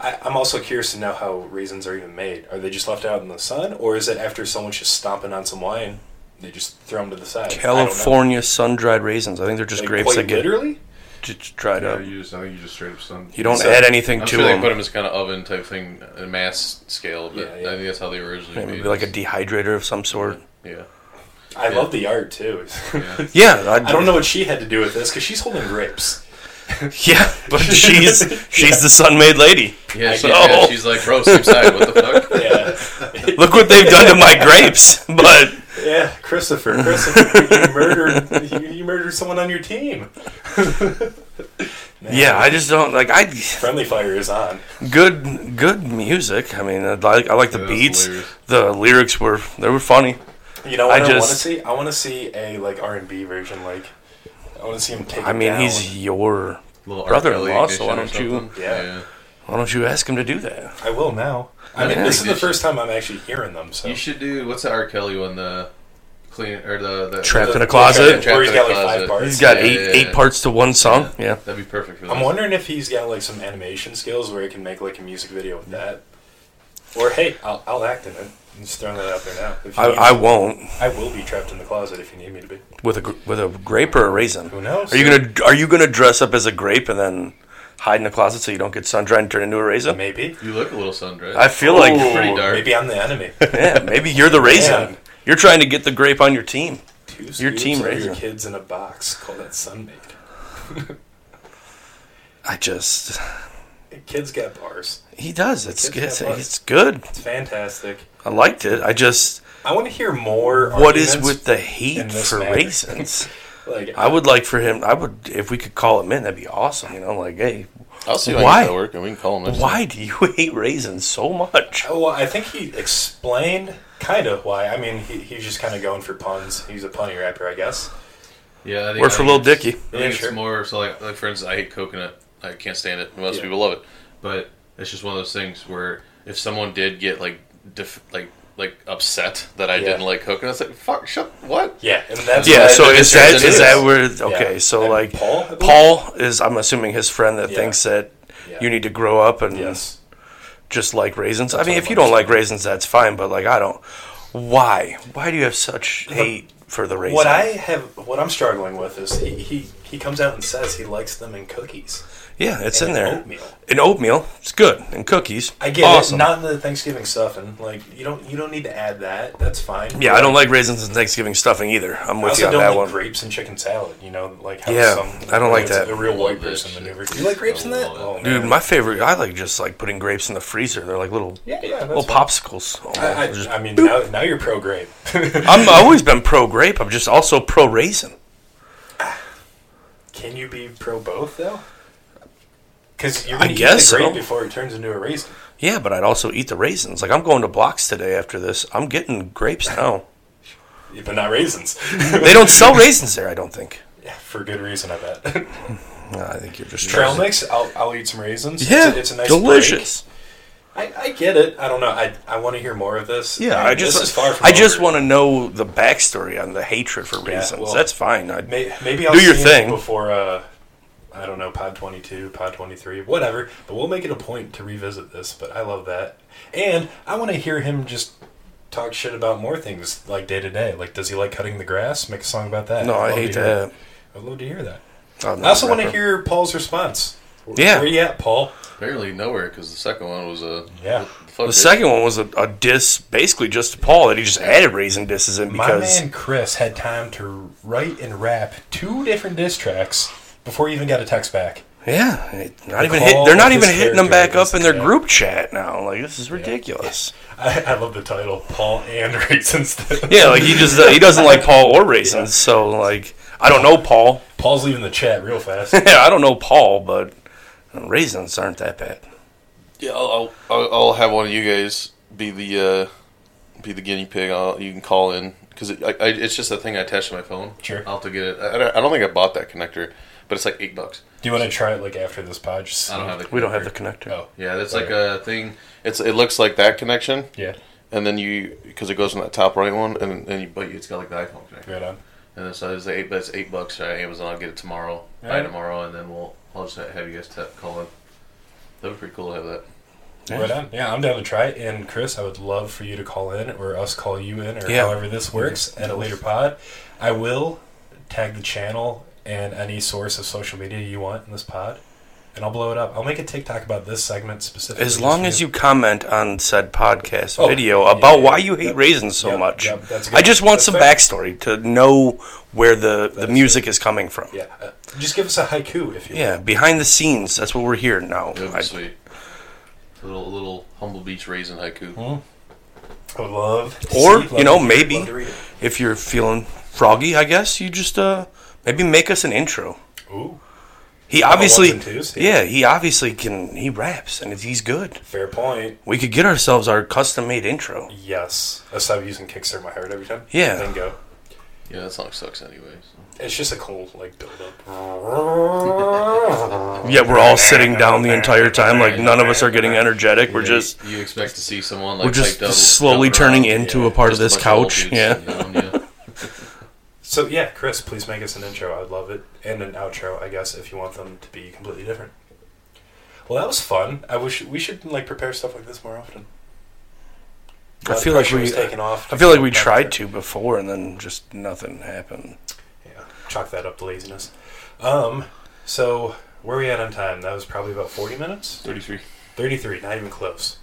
I, I'm also curious to know how raisins are even made. Are they just left out in the sun, or is it after someone's just stomping on some wine, they just throw them to the side? I don't know. California sun dried raisins. I think they're just Like, grapes quite that get literally. just dried Yeah, up. you just, I think you just straight up some. You don't So- add anything I'm to um, sure they them. put them as kind of oven type thing, a mass scale, but Yeah, yeah. I think that's how they were originally Maybe made. like a dehydrator of some sort. yeah. I love the art too. Yeah, I, I don't know what she had to do with this because she's holding grapes. Yeah, but she's she's the sun made lady. Yeah, she, know. yeah, she's like, bro, same side. What the fuck? Yeah, Look what they've done to my grapes. But yeah, Christopher, Christopher, you murdered, you, you murdered someone on your team. yeah, I just don't like I Friendly fire is on. good good music. I mean, I like I like the Yeah, that's beats. hilarious. The lyrics were they were funny. You know what I I, want to just- see? I want to see a like R and B version. Like, I want to see him take. I it mean, down. he's your Little R. Brother-in-law, Kelly so why edition don't or you- something. Yeah. why don't you ask him to do that? I will now. I mean, Yeah. this is the first time I'm actually hearing them. So You should do what's the R. Kelly one? The clean or the, the Trapped in a Where closet. he's got like Trapped five in a closet. parts. He's got Yeah, eight yeah, eight yeah. parts to one song. Yeah. That'd be perfect for. I'm this. wondering if he's got like some animation skills where he can make like a music video with that. Or hey, I'll, I'll act in it. I'm just throwing that out there now. If you I, need I me- won't I will be trapped in the closet if you need me to be. with a gr- with a grape or a raisin. Who knows? Are you gonna Are you gonna dress up as a grape and then hide in the closet so you don't get sun dried and turn into a raisin? Maybe. You look a little sundressed. I feel like Ooh, pretty dark. Maybe I'm the enemy. yeah, maybe you're the raisin. Man. You're trying to get the grape on your team. Two Your scoops team of raisin. Your kids in a box. Call that sunmade. I just Kids got bars. he does. It's Kids it's, have fun. it's good. It's fantastic. I liked it. I just I want to hear more. what is arguments. with the hate in this for matter. raisins? like? I would like for him. I would if we could call him in. That'd be awesome. You know, like hey, I'll see if I can Why? get that that work, and we can call him. why do you hate raisins so much? Oh, Well, I think he explained kind of why. I mean, he, he's just kind of going for puns. He's a punny rapper, I guess. Yeah, I think, Works for I Lil think it's- Dicky. I think Yeah, it's sure. more so like, like for instance, I hate coconut. I can't stand it. Most Yeah. people love it, but it's just one of those things where if someone did get like def- like like upset that I Yeah. didn't like coconut, it's like fuck, shut what? Yeah, and that's why- Yeah, so it is turns that into is this. that where okay, Yeah. so And like Paul, I Paul, believe? is I'm assuming his friend that Yeah. thinks that Yeah. you need to grow up and yes. just like raisins. I mean what if I'm you don't like saying. raisins that's fine, but like I don't why? Why do you have such hate for the raisins? What I have, what I'm struggling with is he, he he comes out and says he likes them in cookies. Yeah, it's And in there. Oatmeal. And oatmeal, it's good. And cookies, I get awesome. it. Not in the Thanksgiving stuffing. Like you don't you don't need to add that. That's fine. yeah, I don't like raisins and Thanksgiving stuffing either. I'm I with also you on don't that like one. grapes and chicken salad. You know, like how Yeah, some I don't like it's that. A real white Love that person shit. maneuver. Do you like grapes in that? Love it. Oh, Dude, man. my favorite. I like just like putting grapes in the freezer. They're like little yeah, yeah, that's little fine. popsicles. Oh, I, they're just- I, I mean, now, now you're pro grape. I'm always been pro grape. I'm just also pro raisin. Can you be pro both though? Because you're I gonna eat guess the grape so. before it turns into a raisin. Yeah, but I'd also eat the raisins. Like I'm going to Blocks today after this. I'm getting grapes now. but not raisins. they don't sell raisins there. I don't think. Yeah, for good reason, I bet. No, I think you're just Trail trying to- mix, I'll, I'll eat some raisins. Yeah, it's a, it's a nice delicious. break. I, I get it. I don't know. I, I want to hear more of this. Yeah, And I just this is far from I just over. want to know the backstory on the hatred for raisins. well, That's fine. I, May, maybe I'll Do your see it thing. before. Uh, I don't know, Pod 22, Pod 23, whatever. But we'll make it a point to revisit this. But I love that, and I want to hear him just talk shit about more things like day to day. Like, does he like cutting the grass? Make a song about that. I'd no, I love to hate hear it. that. Oh, I'd love to hear that. I'm not I also a want to rapper. hear Paul's response. Yeah. where you at, Paul? Apparently nowhere because the second one was a Yeah. what the, fuck The is- second one was a, a diss, basically just to Paul that he just added raisin disses in My because man Chris had time to write and rap two different diss tracks before he even got a text back. yeah, it- not The even hit, call they're not of even his hitting them character back up is- in their yeah. group chat now. Like this is ridiculous. I, I love the title, Paul and Raisins. Yeah, like he just he doesn't like Paul or raisins. So like I don't know Paul. Paul's leaving the chat real fast. Yeah, I don't know Paul, but raisins aren't that bad. Yeah, I'll, I'll, I'll I'll have one of you guys be the uh, be the guinea pig. I'll, you can call in because it, I, I, it's just a thing I attach to my phone. Sure. I'll have to get it. I, I don't- I don't think I bought that connector, but it's like eight bucks. Do you want to try it like after this pod? Just- I don't have the. We don't have the connector. connector. Oh, Yeah, that's Okay. like a thing. It's it looks like that connection, yeah. and then you because it goes in that top right one, and and you, but it's got like the iPhone connector, Right on. and then so it's eight, but it's eight bucks on Amazon. I'll get it tomorrow, buy Alright. it tomorrow, and then we'll I'll just have you guys tap, call in. That'd be pretty cool to have that. Yeah. Right on. Yeah, I'm down to try it. And Chris, I would love for you to call in or us call you in or Yeah. however this works at a later pod. I will tag the channel and any source of social media you want in this pod. And I'll blow it up. I'll make a TikTok about this segment specifically. As long just as for you comment on said podcast Oh, video yeah, about yeah, why yeah. you hate Yep, raisins so yep, much, yep, that's good. I just want That's some fair. backstory to know where the, the music is coming from. Yeah. Yeah. Uh, just give us a haiku if you behind the scenes. That's what we're here now. That'd be I- sweet. Little little humble beach raisin haiku. Hmm? I would love. to Or, see- you know, love to- maybe- love to read it. if you're feeling froggy, I guess you just uh, maybe make us an intro. Ooh, He obviously, ones and twos, yeah. yeah, he obviously can. He raps and he's good. fair point. We could get ourselves our custom made intro. Yes. I stop using Kickstart My Heart every time. Yeah. Bingo. Yeah, that song sucks anyway. so. It's just a cool like build up. Yeah, we're all sitting down the entire time. Like none of us are getting energetic. We're Yeah, just you expect to see someone like we're just hyped up, slowly jumping around. turning into yeah, a part of Just this a bunch of old couch. dudes Yeah. sitting down, yeah. so yeah, Chris, please make us an intro. I'd love it, and an outro, I guess, if you want them to be completely different. Well, that was fun. I wish we should like prepare stuff like this more often. I feel like we taken off. I feel like we tried to before and then just nothing happened. Yeah, chalk that up to laziness. Um, so where are we at on time? That was probably about forty minutes. Thirty-three. Thirty-three, not even close.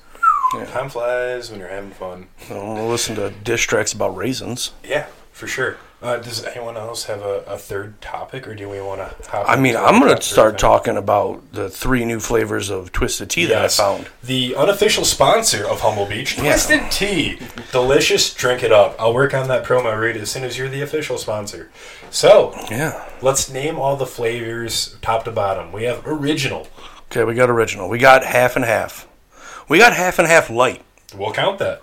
Yeah. Time flies when you're having fun. So we'll listen to diss tracks about raisins. Yeah, for sure. Uh, does anyone else have a, a third topic, or do we want to? hop I mean, into I'm the gonna top three start thing? talking about the three new flavors of twisted tea that I Yes. found. The unofficial sponsor of Humble Beach, Yeah. Twisted Tea. Delicious, drink it up. I'll work on that promo read as soon as you're the official sponsor. So, Yeah. let's name all the flavors top to bottom. We have original. Okay, we got original. We got half and half. We got half and half light. We'll count that.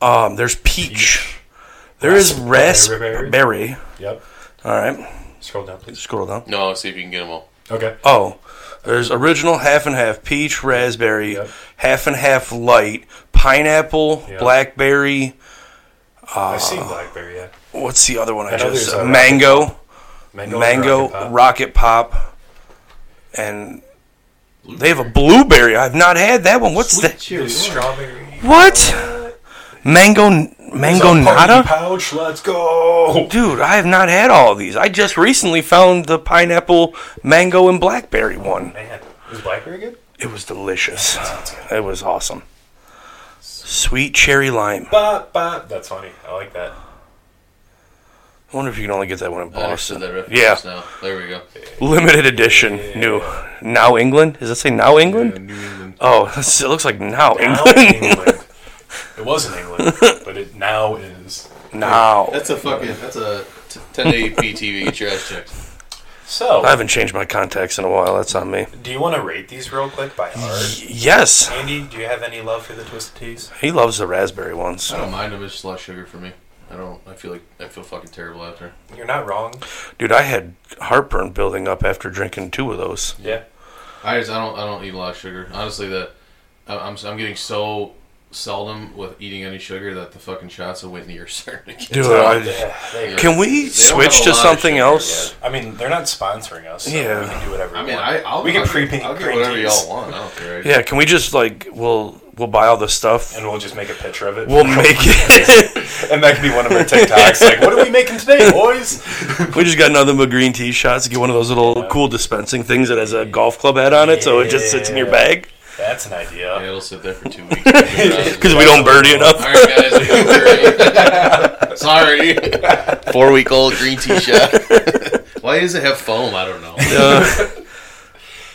Um, there's peach. There is Raspberry. raspberry. Yep. All right, Scroll down, please. scroll down. No, I'll see if you can get them all. Okay. Oh, there's original half and half peach, raspberry, Yep. half and half light, pineapple, Yep. blackberry. I've Ah. seen blackberry. Yeah. What's the other one I, I know just there's a mango, Mango. mango, rocket pop. rocket pop, and they have a blueberry. I've not had that one. What's that? There's strawberry. What? Mango, mango It's a party nata? pouch. Let's go. Dude, I have not had all of these. I just recently found the pineapple, mango, and blackberry one. Man, is blackberry good? It was delicious. Sounds good. It was awesome. Sweet cherry lime. Bop, bop. That's funny. I like that. I wonder if you can only get that one in I Boston. understood that reference Yeah. just now. There we go. Limited edition. New. Now England? Does it say Now England? Yeah, New England. Oh, it looks like Now Now England. England. It was in England, but it now is. now. That's a fucking. That's a. T- 1080p TV trash checks. I So, haven't changed my contacts in a while. That's on me. do you want to rate these real quick by heart? Yes. Andy, do you have any love for the Twisted Teas? He loves the raspberry ones. I don't mind Kind of it's just a lot of sugar for me. I don't. I feel like I feel fucking terrible after. You're not wrong. Dude, I had heartburn building up after drinking two of those. Yeah. I just I don't I don't eat a lot of sugar. Honestly, that I- I'm I'm getting so seldom with eating any sugar that the fucking shots of Whitney are starting to get. Dude, I, Yeah, they- can we switch have a to lot of something sugar else? I mean, they're not sponsoring us. So Yeah. We can do whatever. I we mean, want. I I'll, we can I'll, pre get- I'll get cream whatever teas, y'all want. I don't care. Yeah, can we just like we'll we'll buy all the stuff? and we'll just make a picture of it. We'll make it. and that could be one of our TikToks. like, what are we making today, boys? we just got another McGreen tea shots. Get one of those little cool dispensing things that has a golf club hat on it, so it just sits in your Yeah. bag That's an idea. Yeah, it'll sit there for two weeks. All right, because we don't birdie enough. guys. we got three. Sorry. Four week old green tea shot. Why does it have foam? I don't know.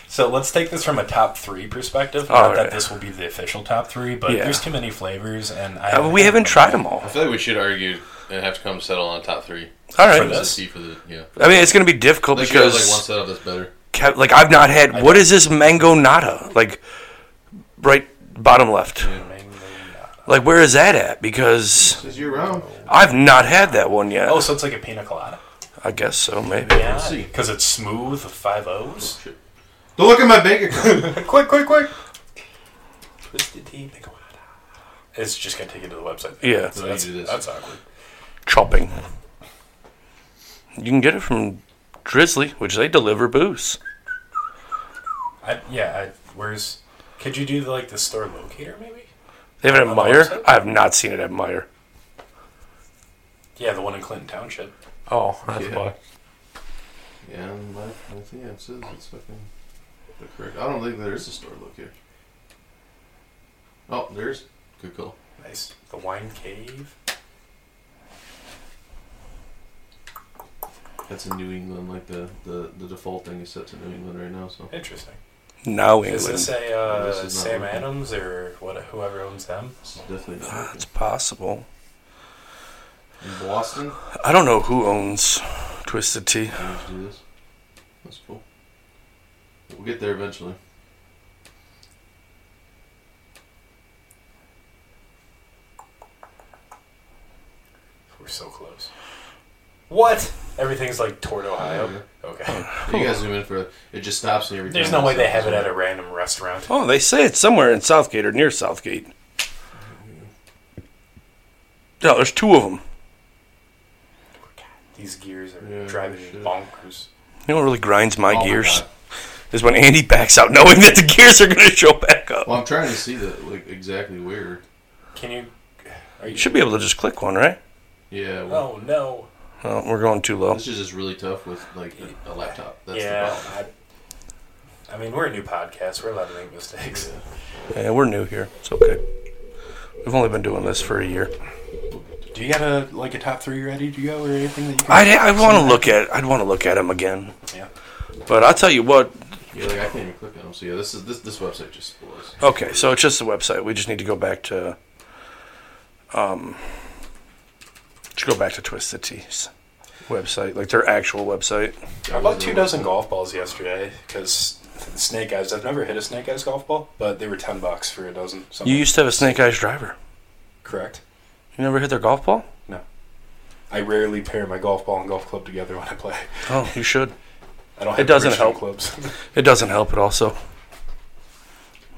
So let's take this from a top three perspective. All Not right. that this will be the official top three, but Yeah. there's too many flavors, and I Uh, we haven't tried them all. I feel like we should argue and have to come settle on top three. All For right. this? Just see for the yeah. I mean, it's gonna be difficult Like you have like one because set up that's better. ca- like I've not had. What is this mango nata? Like right bottom left. Like where is that at? Because Says year round. I've not had that one yet. Oh, so it's like a pina colada. I guess so, maybe. Yeah, see. because it's smooth with five O's. Don't look at my bank account. quick, quick, quick! Twisted tea pina colada. It's just gonna take you to the website. Yeah. So that's, No, you do this. that's awkward. Chopping. You can get it from Drizzly, which they deliver booze. I, yeah, I, where's? Could you do the, like the store locator maybe? They have it at On the Meyer. website? I have not seen it at Meyer. Yeah, the one in Clinton Township. Oh, Yeah. Yeah, and my, my thing it says it's fucking the correct. I don't think there is a store locator. Oh, there's. Good call. Nice. The wine cave. That's in New England. Like the, the, the default thing is set to New England right now. So Interesting. now Is this England. a uh, This is not Sam working. Adams or what? Whoever owns them? this is definitely not working. It's possible. in Boston. I don't know who owns Twisted Tea. I need to do this. That's cool. We'll get there eventually. We're so close. What? Everything's like toward Ohio. Okay. Oh, You guys zoom in for it. Just stops me every There's time. no way they have it at a random restaurant. Oh, they say it's somewhere in Southgate or near Southgate. No, there's two of them. These gears are Yeah, driving shit. me bonkers. You know what really grinds my Oh my gears? God. is when Andy backs out knowing that the gears are going to show back up. Well, I'm trying to see the like exactly where. Can you? Are you? You should be able to just click one, right? Yeah. Well, Oh no. Oh, we're going too low. This is just really tough with like a, a laptop. That's the yeah. problem. I, I mean, we're a new podcast. We're allowed to make mistakes. Yeah, we're new here. It's okay. We've only been doing this for a year. Do you got a like a top three ready to go or anything that you? Can I'd, I want to look at I'd want to look at him again. Yeah. But I'll tell you what. Yeah, like I can't even click on them. So yeah, this is this this website just blows. Okay, so it's just the website. We just need to go back to um. To go back to Twisted Tea's website, like their actual website. I bought two dozen golf balls yesterday because snake eyes. I've never hit a snake eyes golf ball, but they were ten bucks for a dozen. Something. You used to have a Snake Eyes driver. correct? You never hit their golf ball? I rarely pair my golf ball and golf club together when I play. Oh, you should. I don't. Have It doesn't original help. clubs. It doesn't help at all. So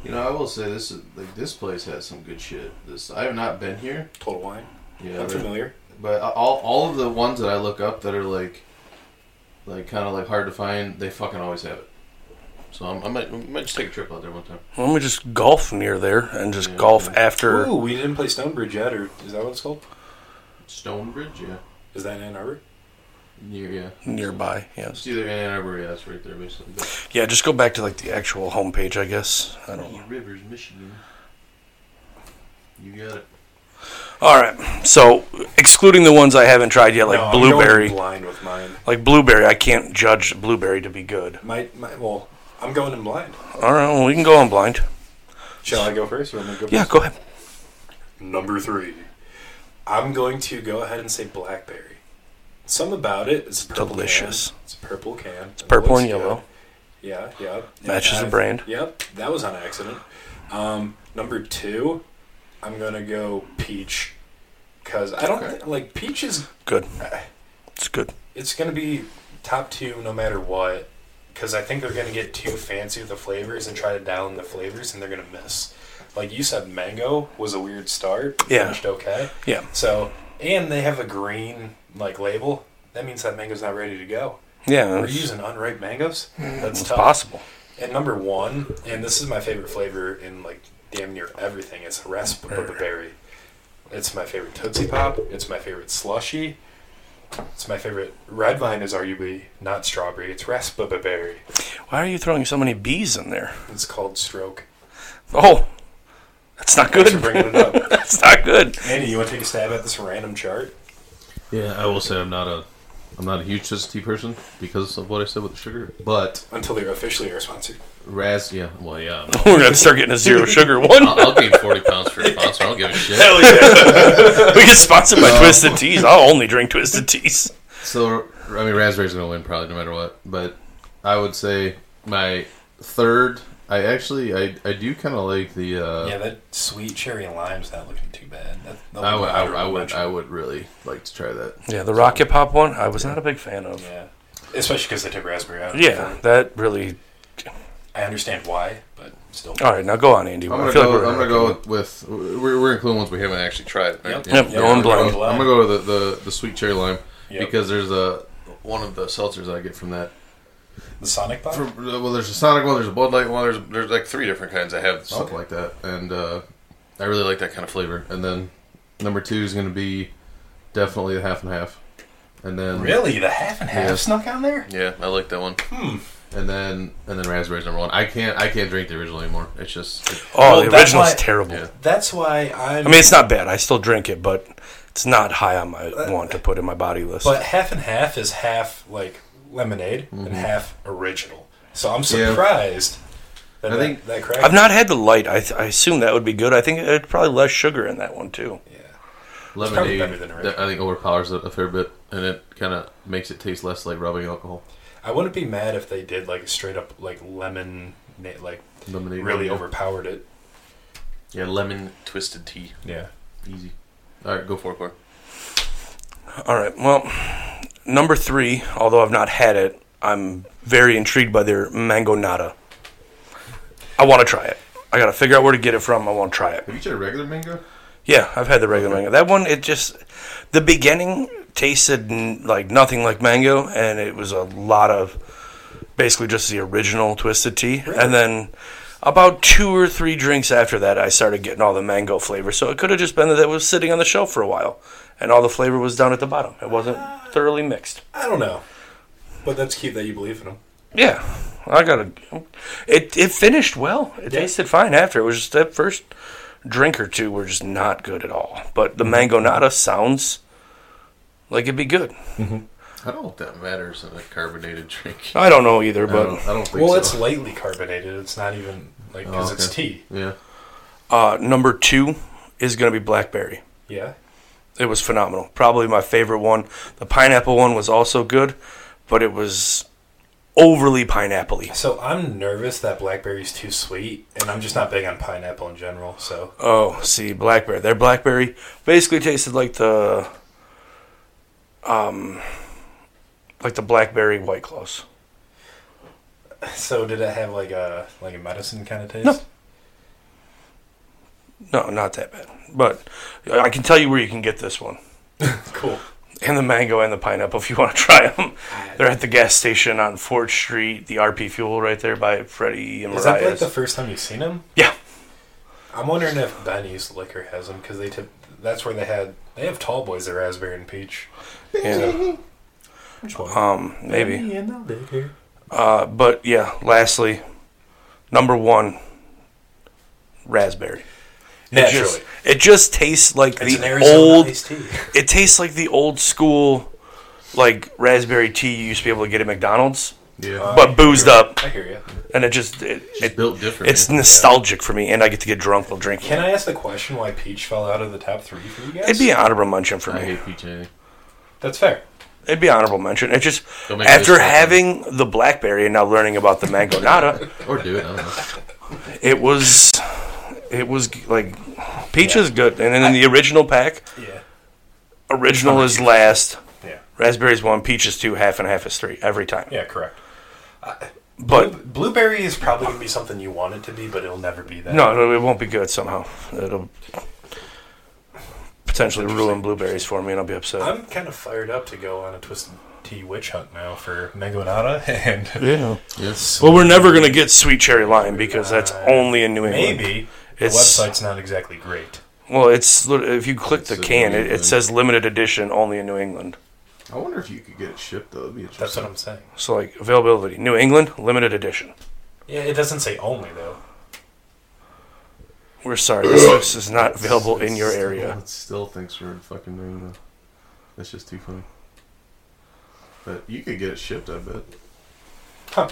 You know, I will say this is like this place has some good shit. This I have not been here. Total wine. Yeah, I'm but- familiar. but all all of the ones that I look up that are like, like kind of like hard to find, they fucking always have it. So I'm, I might I might just take Take a trip out there one time. why don't we just golf near there and just Yeah. golf after? Ooh, we didn't play Stonebridge yet, or is that what it's called? Stonebridge, yeah. Is that Ann Arbor? Near, yeah. nearby. It's Yes. either Ann Arbor, yeah, it's right there, basically. But Yeah. Just go back to like the actual homepage, I guess. I don't. know. Rivers, Michigan. You got it. All right. So excluding the ones I haven't tried yet, like No, I'm going blueberry, blind with mine. like blueberry, I can't judge blueberry to be good. My, my, well, I'm going in blind. All right. Well, we can go on blind. Shall I go first? Or am I go Yeah. first? Go ahead. Number three. I'm going to go ahead and say blackberry. Some about it. It's a purple can. Delicious. It's a purple can. It's purple and yellow. Yeah, yeah. Matches the I- brand. Yep, that was on accident. Um, number two, I'm gonna go peach because I don't thi- like peach is Good. It's good. it's gonna be top two no matter what because I think they're gonna get too fancy with the flavors and try to dial in the flavors and they're gonna miss. Like you said, mango was a weird start. Yeah. finished okay. Yeah. So and they have a green like label. That means that mango's not ready to go. Yeah. We're It's, using unripe mangoes. That's Hmm. it's tough. possible. And number one, and this is my favorite flavor in like damn near everything, is raspberry berry. It's my favorite Tootsie Pop. It's my favorite slushy. It's my favorite. Red vine is arguably not strawberry. It's raspberry berry. Why are you throwing so many bees in there? It's called stroke. Oh, that's not Thanks for good. bringing it up. That's not good. Andy, you want to take a stab at this random chart? Yeah, I will say I'm not a I'm not a huge Twisted Tea person because of what I said with the sugar. But Until they're officially our sponsor. Raz, yeah, well, yeah. I'm- We're gonna start getting a zero sugar one. I'll, I'll gain 40 pounds for a sponsor. I don't give a shit. Hell yeah. Um, we get sponsored by Twisted Teas. I'll only drink Twisted Teas. So, I mean, Raspberry's going to win probably no matter what. But I would say my third, I actually, I, I do kind of like the. Uh, Yeah, that sweet cherry and lime's not looking too bad. That, that'll I be would, my I, honorable I would, mention. I would really like to try that. Yeah, the Rocket Pop one, I was not a big fan of. Yeah, especially because they took raspberry out. of it. Yeah, that really. I understand why, but still. All right, now go on, Andy. I'm gonna I feel go. like we're I'm gonna go with. We're, we're including ones we haven't actually tried. Right? Yep. Yeah. Yep, Yeah, no one I'm blind. going I'm gonna go with the, the, the sweet cherry lime Yep. because there's a one of the seltzers I get from that. The Sonic Pop. From, From well, there's a Sonic one. There's a Bud Light one. There's There's, there's like three different kinds I have. stuff like that, and uh, I really like that kind of flavor. And then number two is gonna be definitely the half and half, and then really, Hmm. the half and half Yeah. snuck on there. Yeah, I like that one. and then and then raspberries number one. I can't I can't drink the original anymore. It's just it, Oh, Well, the that's original's why- terrible. Yeah. That's why I'm. I mean, it's not bad. I still drink it, but it's not high on my want to put in my body list. but half and half is half like lemonade and half original. So I'm Mm-hmm. Yeah. surprised. That I that, think- that crack. I've not had the light. I, I assume that would be good. I think it's probably less sugar in that one too. Yeah. probably lemonade. better than original. that I think overpowers it a fair bit, and it kind of makes it taste less like rubbing alcohol. I wouldn't be mad if they did like straight up like lemon, like Lemonade really yeah. overpowered it. Yeah, lemon Twisted tea. Yeah. easy. All right, go for it. Clark. All right. Well, number three. Although I've not had it, I'm very intrigued by their mango nata. I want to try it. I gotta figure out where to get it from. I want to try it. Have you tried regular mango? Yeah, I've had the regular mango. That one, it just the beginning tasted n- like nothing like mango, and it was a lot of basically just the original twisted tea. And then about two or three drinks after that, I started getting all the mango flavor. So it could have just been that it was sitting on the shelf for a while, and all the flavor was down at the bottom. It wasn't thoroughly mixed. I don't know, but that's cute that you believe in them. Yeah, I got to It it finished well. It Yeah. tasted fine after. It was just that first drink or two were just not good at all. But the mango nata sounds like it'd be good. I don't know if that matters in a carbonated drink. I don't know either, I don't, but I don't think Well, so. it's lightly carbonated. It's not even like because Oh, it's okay. tea. yeah. uh, number two is gonna be blackberry. Yeah. It was phenomenal. Probably my favorite one. The pineapple one was also good, but it was overly pineappley. So I'm nervous that blackberry's too sweet, and I'm just not big on pineapple in general. So Oh, see, blackberry. Their blackberry basically tasted like the, um, like the blackberry white claws. So did it have like a like a medicine kind of taste? No, not that bad. But I can tell you where you can get this one, Cool. and the mango and the pineapple if you want to try them. They're at the gas station on Fort Street, the RP Fuel right there by Freddie and Is that like Mariah's. the first time you've seen them? yeah, I'm wondering if Benny's Liquor has them because they tip. That's where they had. They have tall boys at Raspberry and Peach. Yeah. Which one? Um, maybe. Uh, but yeah, lastly, number one, raspberry. It Naturally. just, it just tastes like it's an the Arizona old. iced tea. It tastes like the old school, like raspberry tea you used to be able to get at McDonald's, Yeah. but boozed up, I hear you. and it just it, it built different. it's man. nostalgic for me, and I get to get drunk while drinking. Can I ask the question why Peach fell out of the top three for you guys? It'd be an honorable mention for I me. hate PJ. That's fair. It'd be an honorable mention. It just Don't make after this happen. having the blackberry and now learning about the mango nata, Or do it. I don't know. it was it was like peach is good, and then in the original pack, Yeah. original is last. Yeah. Raspberries one, peaches two, half and half is three every time. Yeah, correct. But Blueberry is probably going to be something you want it to be, but it'll never be that. no, no, it won't be good somehow. It'll potentially ruin blueberries for me, and I'll be upset. I'm kind of fired up to go on a Twisted Tea witch hunt now for Mango Nata, and yeah. Yes. Well, we're never gonna get sweet cherry lime because that's only in New England. Uh, maybe It's- the website's not exactly great. Well, it's lit- if you click the It's in can, New it, it England. says limited edition only in New England. I wonder if you could get it shipped though. That'd be interesting. That's what I'm saying. So like availability, New England, limited edition. Yeah, it doesn't say only though. We're sorry, this, this is not available in your Still- area. It still thinks we're in fucking New England. That's just too funny. But you could get it shipped, I bet. Huh.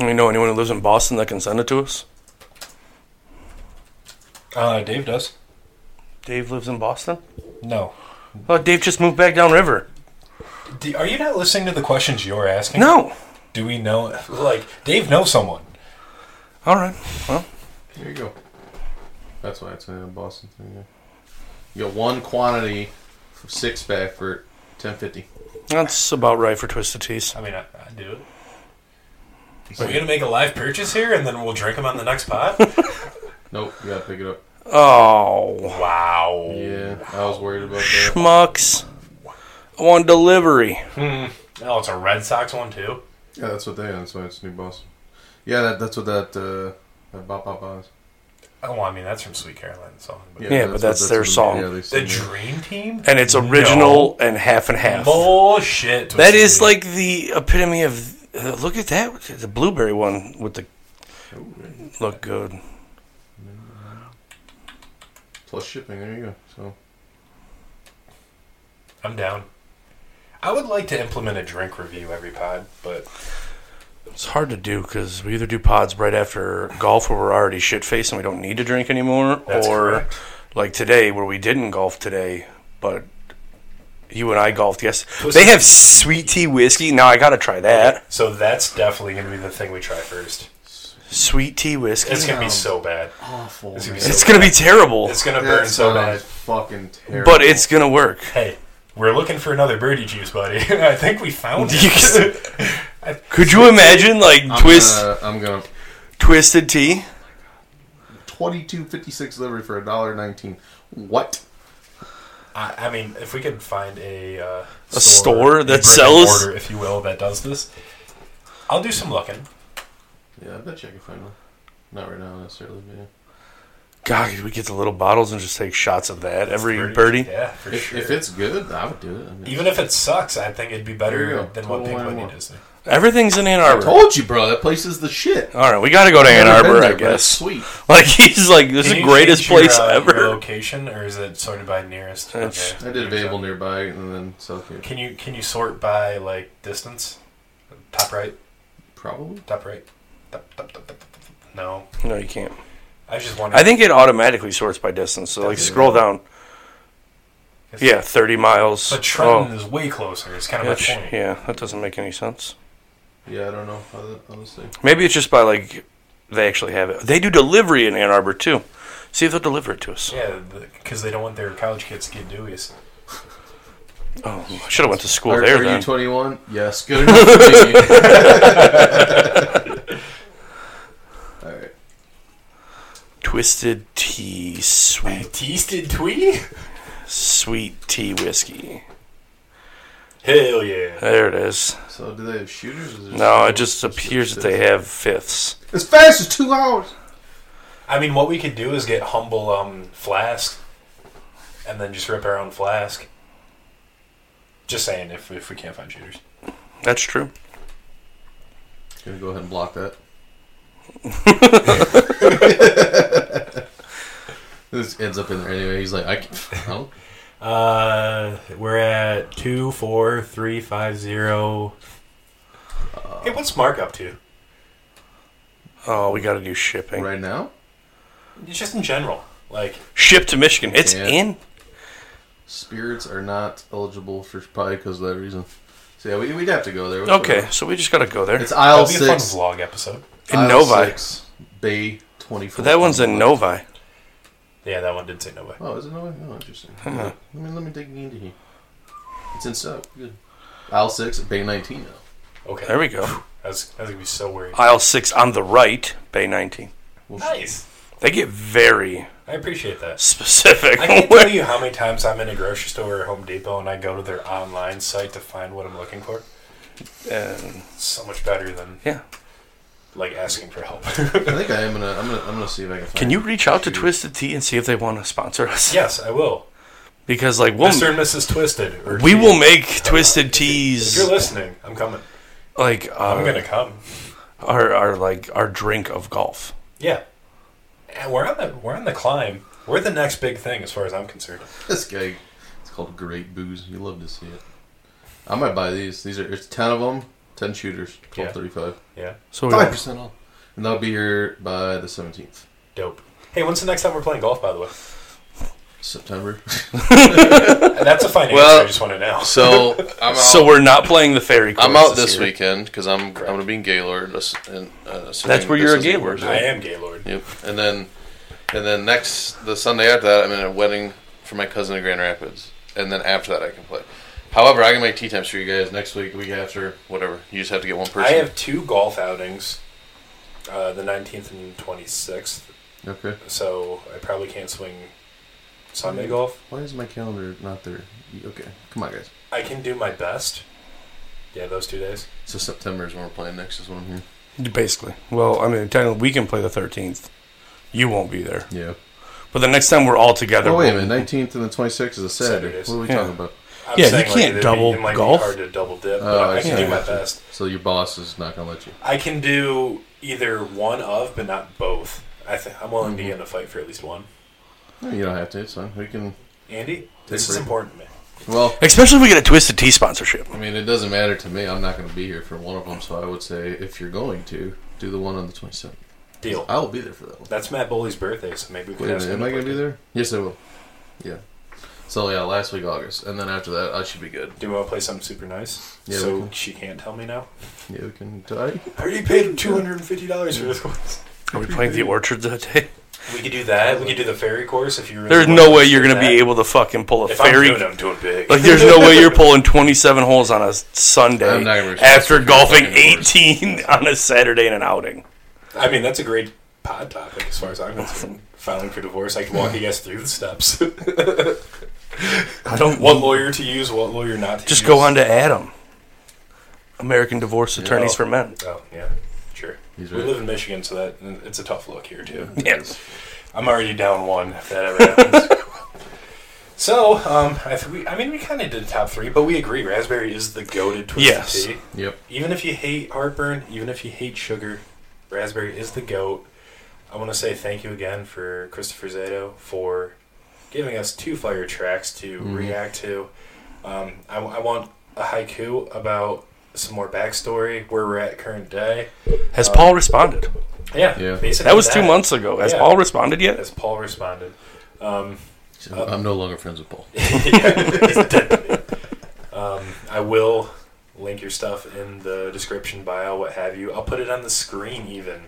You know anyone who lives in Boston that can send it to us? Uh, Dave does. Dave lives in Boston. No. Oh, Dave just moved back downriver. D- are you not listening to the questions you're asking? No. Do we know? Like Dave knows someone. All right. Well, There you go. That's why it's a Boston thing. Yeah. You got one quantity, for six pack for ten fifty. that's about right for Twisted Teas. I mean, I, I do it. Are we gonna make a live purchase here, and then we'll drink them on the next pot? Nope, you gotta pick it up. Oh, wow. Yeah, I was worried about that. schmucks. I want delivery. Oh, it's a Red Sox one too. Yeah, that's what they are. That's why it's New Boston. Yeah, that, that's what that uh, that Bop Bop Bop is. Oh, well, I mean that's from Sweet Caroline song. But Yeah, but that's their song. they The sing it. Dream Team. And it's original and half and half. Bullshit. That Twisted is Tea. like the epitome of. uh, look at that. The blueberry one with the. Look good. Plus shipping. There you go. So I'm down. I would like to implement a drink review every pod, but It's hard to do because we either do pods right after golf where we're already shit faced and we don't need to drink anymore, That's or correct. like today where we didn't golf today, but you and I golfed. Yes, Twisted they have Tea. sweet tea whiskey. Now I gotta try that so that's definitely gonna be the thing we try first. sweet tea whiskey. It's gonna be Damn. so bad. awful. It's gonna be man. It's gonna be terrible, It's gonna That burn so bad. sounds Fucking terrible. but it's gonna work. Hey, we're looking for another birdie juice, buddy. I think we found You can- it. Could you imagine like I'm twist Gonna, I'm gonna twisted tea? twenty two fifty six delivery for a dollar nineteen. What? I, I mean, if we could find a uh, A store that brick and sells- mortar, if you will, that does this, I'll do some looking. Yeah, I bet you I can find one. Not right now necessarily, but yeah. God, could we get the little bottles and just take shots of that every Birdie- birdie? yeah, for If, sure. if it's good, I would do it. I mean, Even if it sucks, I think it'd be There you better go. than what Total Pink line Whitney one. does. now. Everything's in Ann I Arbor. told you, bro. That place is the shit. All right, we got to go to Ann I've never Arbor, been I there, but it's guess. Sweet. Like he's like, this is Can the you greatest change your, place uh, ever. Your location, or is it sorted by nearest? It's- I did Babel nearby and then Southgate. Can you can you sort by like distance? Top right, Probably. top right, top, top, top, top, top, top. No, No, you can't. I was just wondering. I think it automatically sorts by distance. So like, Does it? scroll down. Yeah, thirty miles. But Trenton is way closer. It's kind Oh, of my which- point. yeah, that doesn't make any sense. Yeah, I don't know. hon- Honestly, Maybe it's just by like they actually have it. They do delivery in Ann Arbor too. See if they'll deliver it to us. Yeah, because they don't want their college kids to get dewies. Oh, I should have went to school are, there are then. you 21? Yes. Good enough for me. All right. Twisted tea, sweet, Teasted Twee? sweet tea whiskey. Hell yeah. There it is. So, do they have shooters? Or is No, it just appears that they have fifths. As fast as two hours. I mean, what we could do is get humble um, flask and then just rip our own flask. Just saying, if if we can't find shooters, That's true. Gonna go ahead and block that. this ends up in there anyway. He's like, I can't. I don't- uh, we're at two four three five zero. Uh, Hey, what's Mark up to? Oh, we got to do shipping. right now? Just in general, like Ship to Michigan. It's Yeah. in. Spirits are not eligible for probably because of that reason. So yeah, we, we'd have to go there. Okay, so we just got to go there. It's aisle that'll be a fun six. vlog episode. In aisle Novi. Six, bay 24. But that one's in Novi. Yeah, that one did say no way. Oh, is it Novi? Oh, interesting. Let me let me dig into here. It's in stock. Good. Aisle six, bay 19 now. Okay, There we go. That's that's gonna be so weird. Aisle six on the right, Bay 19. Nice. They get very I appreciate that. specific. I can't tell you how many times I'm in a grocery store or Home Depot and I go to their online site to find what I'm looking for. And, It's so much better than yeah. like asking for help. I think I am gonna. I'm gonna. I'm gonna see if I can. Find Can you reach out to Twisted Tea and see if they want to sponsor us? yes, I will. Because like we'll Mr. and Mrs. Twisted. Or we Tea. will make Twisted If you're Teas listening, I'm coming. like I'm uh, gonna come. our our like our drink of golf. Yeah. And we're on the we're on the climb. We're the next big thing as far as I'm concerned. This guy, it's called Great Booze. You love to see it. I might buy these. These are it's ten of them, ten shooters, twelve thirty-five, Yeah. So we five got percent off, and they'll be here by the seventeenth Dope. Hey, when's the next time we're playing golf by the way? September. That's a fine Well- answer, I just want to know. So I'm out. so we're not playing the fairy. I'm chorus out this year. weekend because I'm I'm gonna be in Gaylord. this- And, uh, That's where this you're a is- Gaylord. I am Gaylord. Yep. And then and then next the Sunday after that I'm in a wedding for my cousin in Grand Rapids. And then after that I can play. However, I can make tea times for you guys next week, week after, whatever. You just have to get one I person. have two golf outings. Uh, the 19th and 26th. okay. so I probably can't swing Sunday golf. Why is my calendar not there? Okay, come on, guys. I can do my best. Yeah, those two days. So September is when we're playing next is when I'm here. Basically, well, I mean, technically, we can play the thirteenth. You won't be there, Yeah. but the next time we're all together. Oh wait a minute. we'll- Nineteenth and the twenty-sixth is a Saturday. Saturdays. What are we Yeah. talking about? I'm Yeah, you saying, can't it'd double it might golf. Be hard to double dip, but Oh, I I can see. do my best. So your boss is not gonna let you. I can do either one of, but not both. I think I'm willing to get in a fight for at least one. No, you don't have to. It's fine. We can. Andy, this a is break. important to me. Well, Especially if we get a Twisted Tea sponsorship. I mean, it doesn't matter to me. I'm not gonna be here for one of them. So I would say, if you're going to, do the one on the twenty-seventh. Deal. Uh, I will be there for that one. That's Matt Bowley's birthday, so maybe we can Wait a ask minute, him. am I gonna play. be there? Yes, I will. Yeah. So yeah, last week August, and then after that I should be good. Do we want to play something super nice? Yeah, we so can. she can't tell me now. Yeah, we can die. I already paid him two hundred and fifty dollars for this one. Are we playing the orchard that day? We could do that. We could do the fairy course if you. Really There's want no to way you're do gonna that. be able to fucking pull a If fairy. I'm doing it, I'm doing big. Like, there's no way you're pulling 27 holes on a I'm Sunday not gonna be after responsible for golfing fucking holes. 18 on a Saturday in an outing. I mean, that's a great pod topic as far as I'm concerned. Filing for divorce, I can walk you guys through the steps. I don't what lawyer to use, what lawyer not to use. Just go on to Adam. American Divorce Attorneys Oh. for Men. Oh, yeah, sure. He's We right. live in Michigan, so that it's a tough look here, too. Yes. I'm already down one if that ever happens. so, um, I, th- we, I mean, we kind of did top three, but we agree raspberry is the goaded twisted Yes. tea. Yep. Even if you hate heartburn, even if you hate sugar, raspberry is the goat. I want to say thank you again for Christopher Zato for giving us two fire tracks to Mm-hmm. react to. Um, I, I want a haiku about some more backstory, where we're at current day. Has Paul responded? Yeah, Yeah. basically That was two months ago. Has Yeah. Paul responded yet? As Paul responded, So I'm no longer friends with Paul. I will link your stuff in the description, bio, what have you. I'll put it on the screen even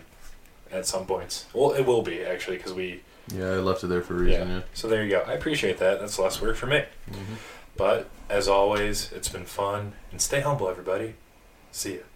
at some points. Well, it will be actually because we yeah, I left it there for a Yeah. Mm-hmm. reason. Yeah. So there you go. I appreciate that. That's less work for me. But as always, it's been fun. And stay humble, everybody. See ya.